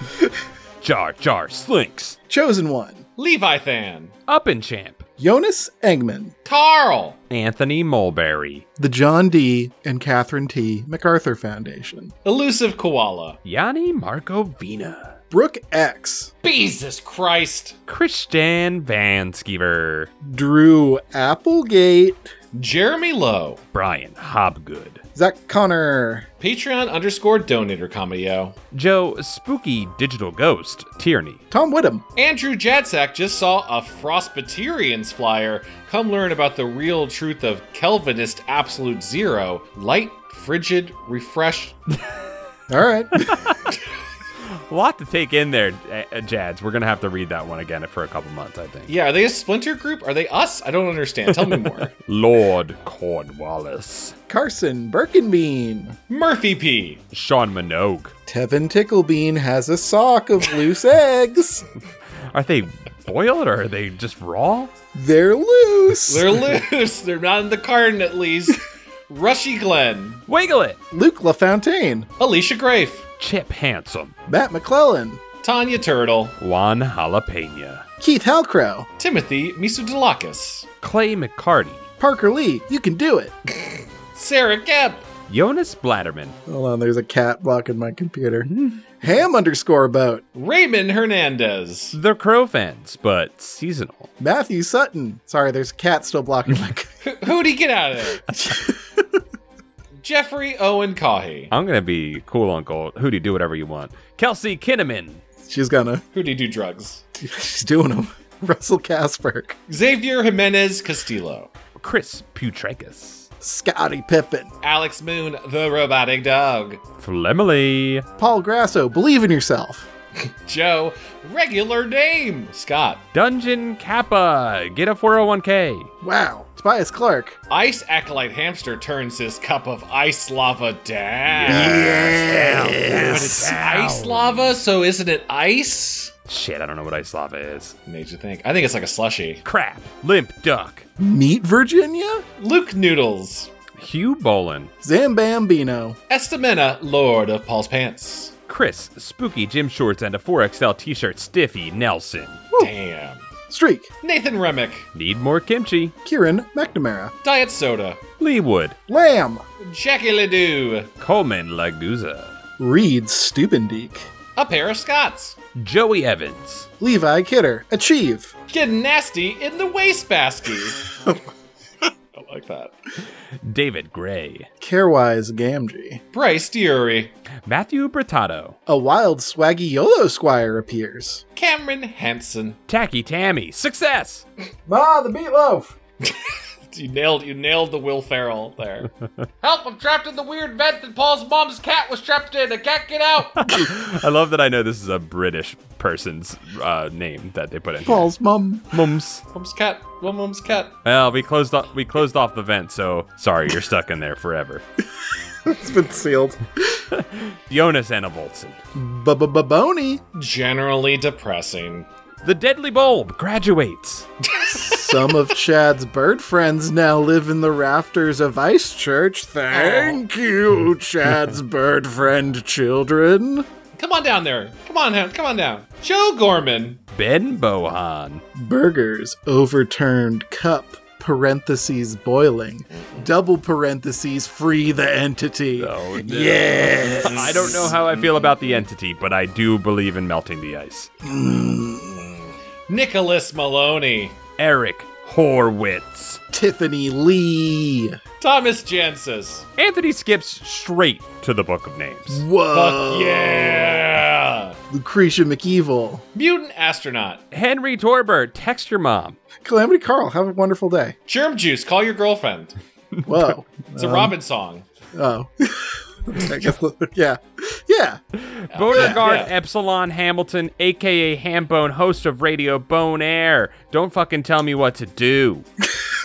Speaker 3: Jar Jar Slinks.
Speaker 1: Chosen One,
Speaker 2: Leviathan.
Speaker 3: Up and Champ.
Speaker 1: Jonas Engman,
Speaker 2: Carl.
Speaker 3: Anthony Mulberry.
Speaker 1: the John D. and Catherine T. MacArthur Foundation,
Speaker 2: Elusive koala.
Speaker 3: Yanni Markovina.
Speaker 1: Brooke X,
Speaker 2: Jesus Christ.
Speaker 3: Christian Van Skeever.
Speaker 1: Drew Applegate,
Speaker 2: Jeremy Lowe.
Speaker 3: Brian Hobgood.
Speaker 1: Zach Connor,
Speaker 2: Patreon underscore donator comedy.
Speaker 3: Joe Spooky Digital Ghost. Tierney.
Speaker 1: Tom Whittem,
Speaker 2: Andrew Jadsack just saw a Frostbiterians flyer. Come learn about the real truth of Calvinist absolute zero. Light, frigid, refreshed.
Speaker 1: all right, (laughs)
Speaker 3: A lot to take in there, uh, Jads. We're going to have to read that one again for a couple months, I think.
Speaker 2: Yeah, are they a splinter group? Are they us? I don't understand. Tell me more.
Speaker 3: Lord Cornwallis.
Speaker 1: Carson Birkenbean,
Speaker 2: Murphy P.
Speaker 3: Sean Minogue.
Speaker 1: Tevin Ticklebean has a sock of loose eggs.
Speaker 3: Are they boiled or are they just raw?
Speaker 1: They're loose.
Speaker 2: They're loose. They're not in the carton, at least. Rushy Glenn.
Speaker 3: Wiggle it!
Speaker 1: Luke LaFontaine,
Speaker 2: Alicia Grafe.
Speaker 3: Chip Handsome.
Speaker 1: Matt McClellan,
Speaker 2: Tanya Turtle.
Speaker 3: Juan Jalapena.
Speaker 1: Keith Halcrow,
Speaker 2: Timothy Misudilakis.
Speaker 3: Clay McCarty.
Speaker 1: Parker Lee, you can do it.
Speaker 2: Sarah Gebb.
Speaker 3: Jonas Blatterman.
Speaker 1: Hold on, there's a cat blocking my computer. Ham underscore boat,
Speaker 2: Raymond Hernandez.
Speaker 3: They're crow fans, but seasonal.
Speaker 1: Matthew Sutton. Sorry, there's a cat still blocking my. c-
Speaker 2: Who- Who'd he get out of there? Jeffrey Owen Cahy.
Speaker 3: I'm gonna be cool uncle. Hootie, do whatever you want. Kelsey Kinneman.
Speaker 1: (laughs) She's gonna.
Speaker 2: Who'd he do drugs?
Speaker 1: She's doing them. (laughs) Russell Casper,
Speaker 2: Xavier Jimenez Castillo.
Speaker 3: Chris Putrekis.
Speaker 1: Scotty Pippen,
Speaker 2: Alex Moon, the robotic dog.
Speaker 3: Flemily.
Speaker 1: Paul Grasso. Believe in yourself.
Speaker 2: Joe, regular name. Scott.
Speaker 3: Dungeon Kappa. Get a 401k.
Speaker 1: Wow, Tobias Clark.
Speaker 2: Ice acolyte hamster turns his cup of ice lava down. But it's ice lava, so isn't it ice?
Speaker 3: Shit, I don't know what ice lava is.
Speaker 2: Made you think. I think it's like a slushy.
Speaker 3: Crap. Limp Duck.
Speaker 1: Meet Virginia.
Speaker 2: Luke Noodles.
Speaker 3: Hugh Bolin.
Speaker 1: Zambambino.
Speaker 2: Estamina, Lord of Paul's Pants.
Speaker 3: Chris Spooky Gym Shorts and a 4XL t shirt. Stiffy Nelson.
Speaker 2: Damn.
Speaker 1: Streak.
Speaker 2: Nathan Remick.
Speaker 3: Need more kimchi.
Speaker 1: Kieran McNamara.
Speaker 2: Diet Soda.
Speaker 3: Leewood.
Speaker 1: Lamb.
Speaker 2: Jackie Ledoux.
Speaker 3: Coleman Laguza.
Speaker 1: Reed Stupendeek.
Speaker 2: A pair of Scots.
Speaker 3: Joey Evans.
Speaker 1: Levi Kidder. Achieve.
Speaker 2: Get nasty in the wastebasket. (laughs) I like that.
Speaker 3: David Gray.
Speaker 1: Carewise Gamgee.
Speaker 2: Bryce Deary.
Speaker 3: Matthew Brittato.
Speaker 1: A wild swaggy YOLO squire appears.
Speaker 2: Cameron Hansen.
Speaker 3: Tacky Tammy. Success!
Speaker 1: Ma, the meatloaf!
Speaker 2: You nailed you nailed the Will Ferrell (laughs) there. Help! I'm trapped in the weird vent that Paul's mom's cat was trapped in. I can't get (laughs) out.
Speaker 3: (laughs) I love that I know this is a British person's uh, name that they put in. here.
Speaker 1: Paul's mum.
Speaker 3: Mums.
Speaker 2: mom's cat. Well, mom's cat.
Speaker 3: Well, we closed off we closed off the vent, so sorry, you're stuck in there forever.
Speaker 1: (laughs) It's been sealed.
Speaker 3: Jonas Annavolson.
Speaker 1: Bubba
Speaker 2: Generally depressing.
Speaker 3: The Deadly Bulb graduates.
Speaker 1: Some of Chad's bird friends now live in the rafters of Ice Church. Thank you, Chad's bird friend children.
Speaker 2: Come on down there. Come on, down. come on down. Joe Gorman.
Speaker 3: Ben Bohan.
Speaker 1: Burgers overturned cup parentheses boiling double parentheses free the entity.
Speaker 3: Oh, no.
Speaker 1: Yes.
Speaker 3: (laughs) I don't know how I feel about the entity, but I do believe in melting the ice.
Speaker 2: Nicholas Maloney.
Speaker 3: Eric Horwitz.
Speaker 1: Tiffany Lee.
Speaker 2: Thomas Jansis.
Speaker 3: Anthony skips straight to the Book of Names.
Speaker 1: Whoa.
Speaker 2: Fuck yeah.
Speaker 1: Lucretia McEvil.
Speaker 2: Mutant astronaut.
Speaker 3: Henry Torbert, text your mom.
Speaker 1: Calamity Carl, have a wonderful day.
Speaker 2: Germ juice. Call your girlfriend.
Speaker 1: Whoa.
Speaker 2: It's a Robin song.
Speaker 1: Oh. (laughs) I guess, yeah. Yeah.
Speaker 3: Beauregard
Speaker 2: Yeah.
Speaker 3: Epsilon Hamilton, aka Hambone, host of Radio Bone Air. Don't fucking tell me what to do.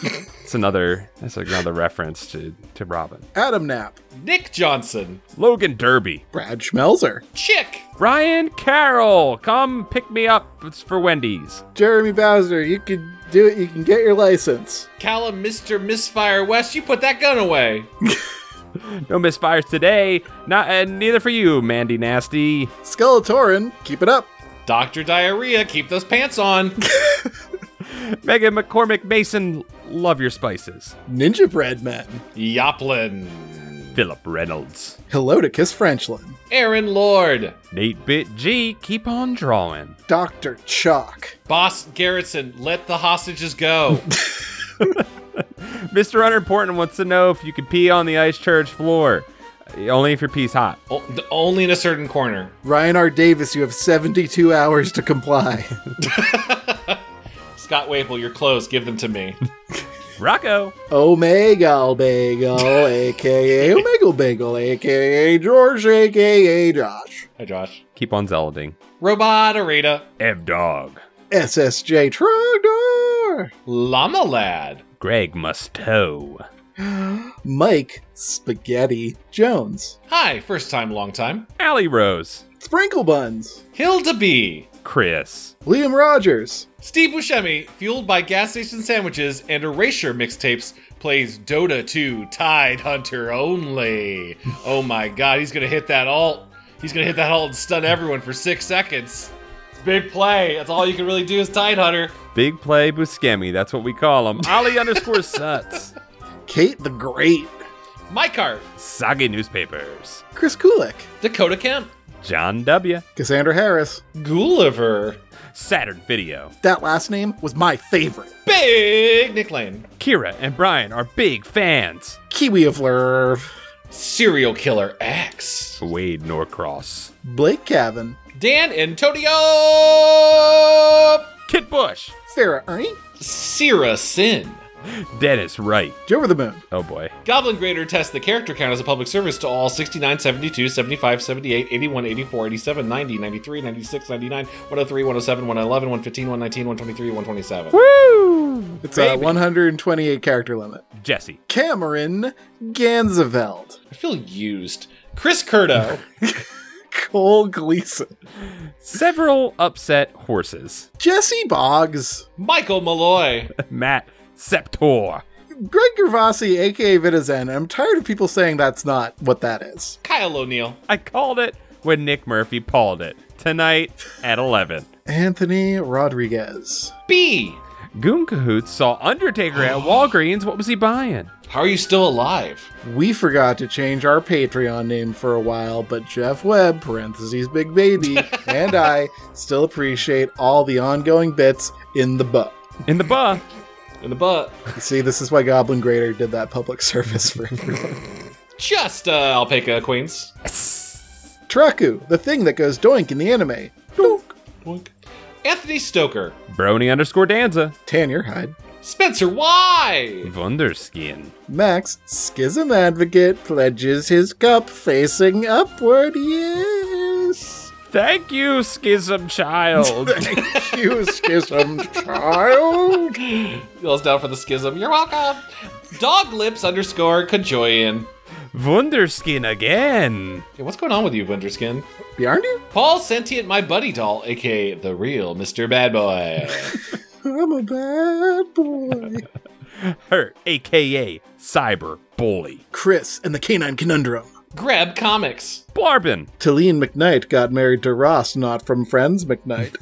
Speaker 3: It's another. That's another reference to to Robin.
Speaker 1: Adam Knapp,
Speaker 2: Nick Johnson.
Speaker 3: Logan Derby,
Speaker 1: Brad Schmelzer,
Speaker 2: Chick.
Speaker 3: Ryan Carroll, come pick me up. It's for Wendy's.
Speaker 1: Jeremy Bowser, you can do it. You can get your license.
Speaker 2: Callum Mr. Misfire West. You put that gun away.
Speaker 3: No misfires today. Not and neither for you, Mandy Nasty.
Speaker 1: Skeletorin, keep it up.
Speaker 2: Dr. Diarrhea. Keep those pants on.
Speaker 3: Megan McCormick Mason, love your spices.
Speaker 1: Ninja Bread Men.
Speaker 2: Yoplin.
Speaker 3: Philip Reynolds,
Speaker 1: Hello to Kiss Frenchlin.
Speaker 2: Aaron Lord.
Speaker 3: Nate Bit G, keep on drawing.
Speaker 1: Dr. Chalk.
Speaker 2: Boss Garretson. Let the hostages go.
Speaker 3: Mr. Unimportant wants to know if you can pee on the ice church floor. Uh, Only if your pee's hot.
Speaker 2: O- only in a certain corner.
Speaker 1: Ryan R. Davis, you have 72 hours to comply. (laughs)
Speaker 2: Scott Waple, your clothes. Give them to me.
Speaker 3: Rocco,
Speaker 1: Omega Bagel, aka Omega Bagel, aka George, aka Josh.
Speaker 2: Hi, Josh.
Speaker 3: keep on zealoting.
Speaker 2: Robot Arita.
Speaker 3: Ev Dog,
Speaker 1: SSJ Trogdor.
Speaker 2: Llama Lad.
Speaker 3: Greg Musto,
Speaker 1: Mike Spaghetti Jones.
Speaker 2: Hi, first time, long time.
Speaker 3: Allie Rose,
Speaker 1: Sprinkle Buns.
Speaker 2: Hilda B.
Speaker 3: Chris,
Speaker 1: Liam Rogers.
Speaker 2: Steve Buscemi, fueled by gas station sandwiches and erasure mixtapes, plays Dota 2 Tide Hunter only. Oh my god, he's gonna hit that alt. He's gonna hit that alt and stun everyone for six seconds. It's a big play. That's all you can really do is Tide Hunter.
Speaker 3: Big Play Buscemi, that's what we call him. Ollie (laughs) underscore Suts,
Speaker 1: Kate the Great.
Speaker 2: My cart,
Speaker 3: Soggy Newspapers,
Speaker 1: Chris Kulik.
Speaker 2: Dakota Kemp,
Speaker 3: John W,
Speaker 1: Cassandra Harris.
Speaker 2: Gulliver,
Speaker 3: Saturn Video,
Speaker 1: That last name was my favorite.
Speaker 2: Big Nick Lane,
Speaker 3: Kira and Brian are big fans.
Speaker 1: Kiwi of Lerv.
Speaker 2: Serial Killer X,
Speaker 3: Wade Norcross,
Speaker 1: Blake Cavan.
Speaker 2: Dan Antonio,
Speaker 3: Kit Bush,
Speaker 1: Farah Ernie.
Speaker 2: Sierra Sin.
Speaker 3: Dennis Wright.
Speaker 1: Joe the Moon.
Speaker 3: Oh boy.
Speaker 2: Goblin Grader tests the character count as a public service to all 69, 72, 75, 78, 81, 84, 87, 90, 93, 96, 99, 103, 107, 111, 115, 119, 123, 127.
Speaker 3: Woo!
Speaker 1: It's a 128 character limit.
Speaker 3: Jesse,
Speaker 1: Cameron Ganzeveld.
Speaker 2: I feel used. Chris Curto,
Speaker 1: Cole Gleason.
Speaker 3: several upset horses. (laughs)
Speaker 1: Jesse Boggs.
Speaker 2: Michael Malloy,
Speaker 3: Matt Septor,
Speaker 1: Greg Gervasi, aka Vitizen. I'm tired of people saying that's not what that is.
Speaker 2: Kyle O'Neill,
Speaker 3: I called it when Nick Murphy called it tonight at 11.
Speaker 1: Anthony Rodriguez.
Speaker 2: B.
Speaker 3: Goon Cahoots saw Undertaker at Walgreens. What was he buying?
Speaker 2: How are you still alive?
Speaker 1: We forgot to change our Patreon name for a while, but Jeff Webb, parentheses Big Baby, and I still appreciate all the ongoing bits in the book.
Speaker 3: In the buff.
Speaker 2: In the butt.
Speaker 1: You see, this is why Goblin Grader did that public (laughs) service for everyone.
Speaker 2: Just uh, Alpaca Queens.
Speaker 1: Traku, the thing that goes doink in the anime. Doink.
Speaker 2: Boink. Anthony Stoker,
Speaker 3: Brony underscore Danza.
Speaker 1: Tanner Hyde.
Speaker 2: Spencer Y.
Speaker 3: Wunderskin.
Speaker 1: Max, Schism Advocate, pledges his cup facing upward. Yes! (laughs)
Speaker 3: Thank you, Schism Child.
Speaker 1: Thank you, Schism Child!
Speaker 2: Goes down for the schism. You're welcome. Dog lips underscore Kajoyan.
Speaker 3: Wunderskin again.
Speaker 2: Hey, what's going on with you, Wunderskin?
Speaker 1: Bjarnu?
Speaker 2: Paul Sentient My Buddy Doll, aka the real Mr. Bad Boy.
Speaker 1: I'm a bad boy.
Speaker 3: Her, aka Cyber Bully.
Speaker 1: Chris and the Canine Conundrum.
Speaker 2: Grab Comics.
Speaker 3: Blarbin.
Speaker 1: Talene McKnight got married to Ross, not from Friends McKnight.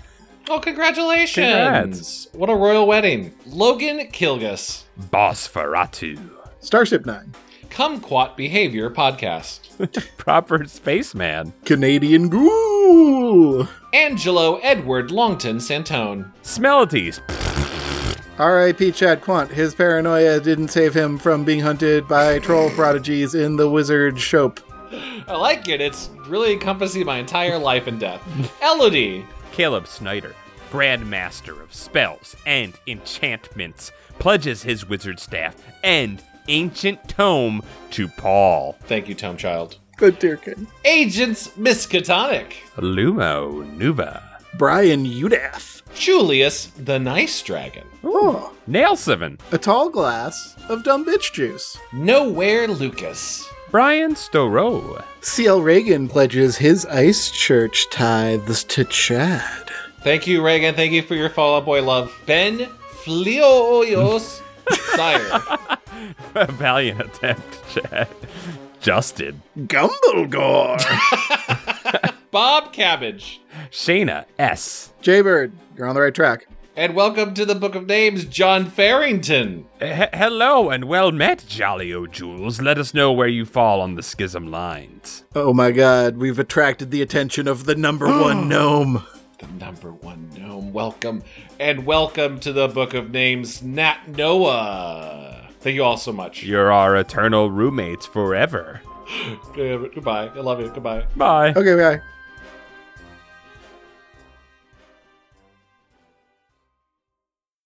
Speaker 2: Oh, congratulations!
Speaker 3: Congrats.
Speaker 2: What a royal wedding. Logan Kilgus.
Speaker 3: Bosferatu.
Speaker 1: Starship Nine.
Speaker 2: Kumquat Behavior Podcast.
Speaker 3: Proper spaceman.
Speaker 1: Canadian Ghoul.
Speaker 2: Angelo Edward Longton Santone.
Speaker 3: Smellities.
Speaker 1: R.I.P. Chad Quant. His paranoia didn't save him from being hunted by troll prodigies in the wizard Shope.
Speaker 2: I like it. It's really encompassing my entire life and death. Elodie.
Speaker 3: Caleb Snyder, Grandmaster of Spells and Enchantments, pledges his wizard staff and ancient tome to Paul.
Speaker 2: Thank you, Tom Child.
Speaker 1: But dear kid.
Speaker 2: Agents Miskatonic,
Speaker 3: Lumo Nuva.
Speaker 1: Brian Udath.
Speaker 2: Julius the Nice Dragon,
Speaker 1: Oh.
Speaker 3: Nail Seven.
Speaker 1: A tall glass of dumb bitch juice.
Speaker 2: Nowhere Lucas,
Speaker 3: Brian (laughs) Storo.
Speaker 1: CL Reagan pledges his ice church tithes to Chad.
Speaker 2: Thank you, Reagan. Thank you for your Fall Out Boy love. Ben Flioyos Sire.
Speaker 3: Valiant attempt, Chad. Justin.
Speaker 1: Gumblegore.
Speaker 2: Bob Cabbage. Shayna.
Speaker 3: S.
Speaker 1: (laughs) Jaybird, you're on the right track.
Speaker 2: And welcome to the Book of Names, John Farrington.
Speaker 3: H- hello and well met, Jolly O'Jules. Let us know where you fall on the schism lines.
Speaker 1: Oh my god, we've attracted the attention of the number one gnome.
Speaker 2: The number one gnome. Welcome. And welcome to the Book of Names, Nat Noah. Thank you all so much.
Speaker 3: You're our eternal roommates forever.
Speaker 2: Uh, Goodbye. I love you. Goodbye.
Speaker 3: Bye.
Speaker 1: Okay, bye.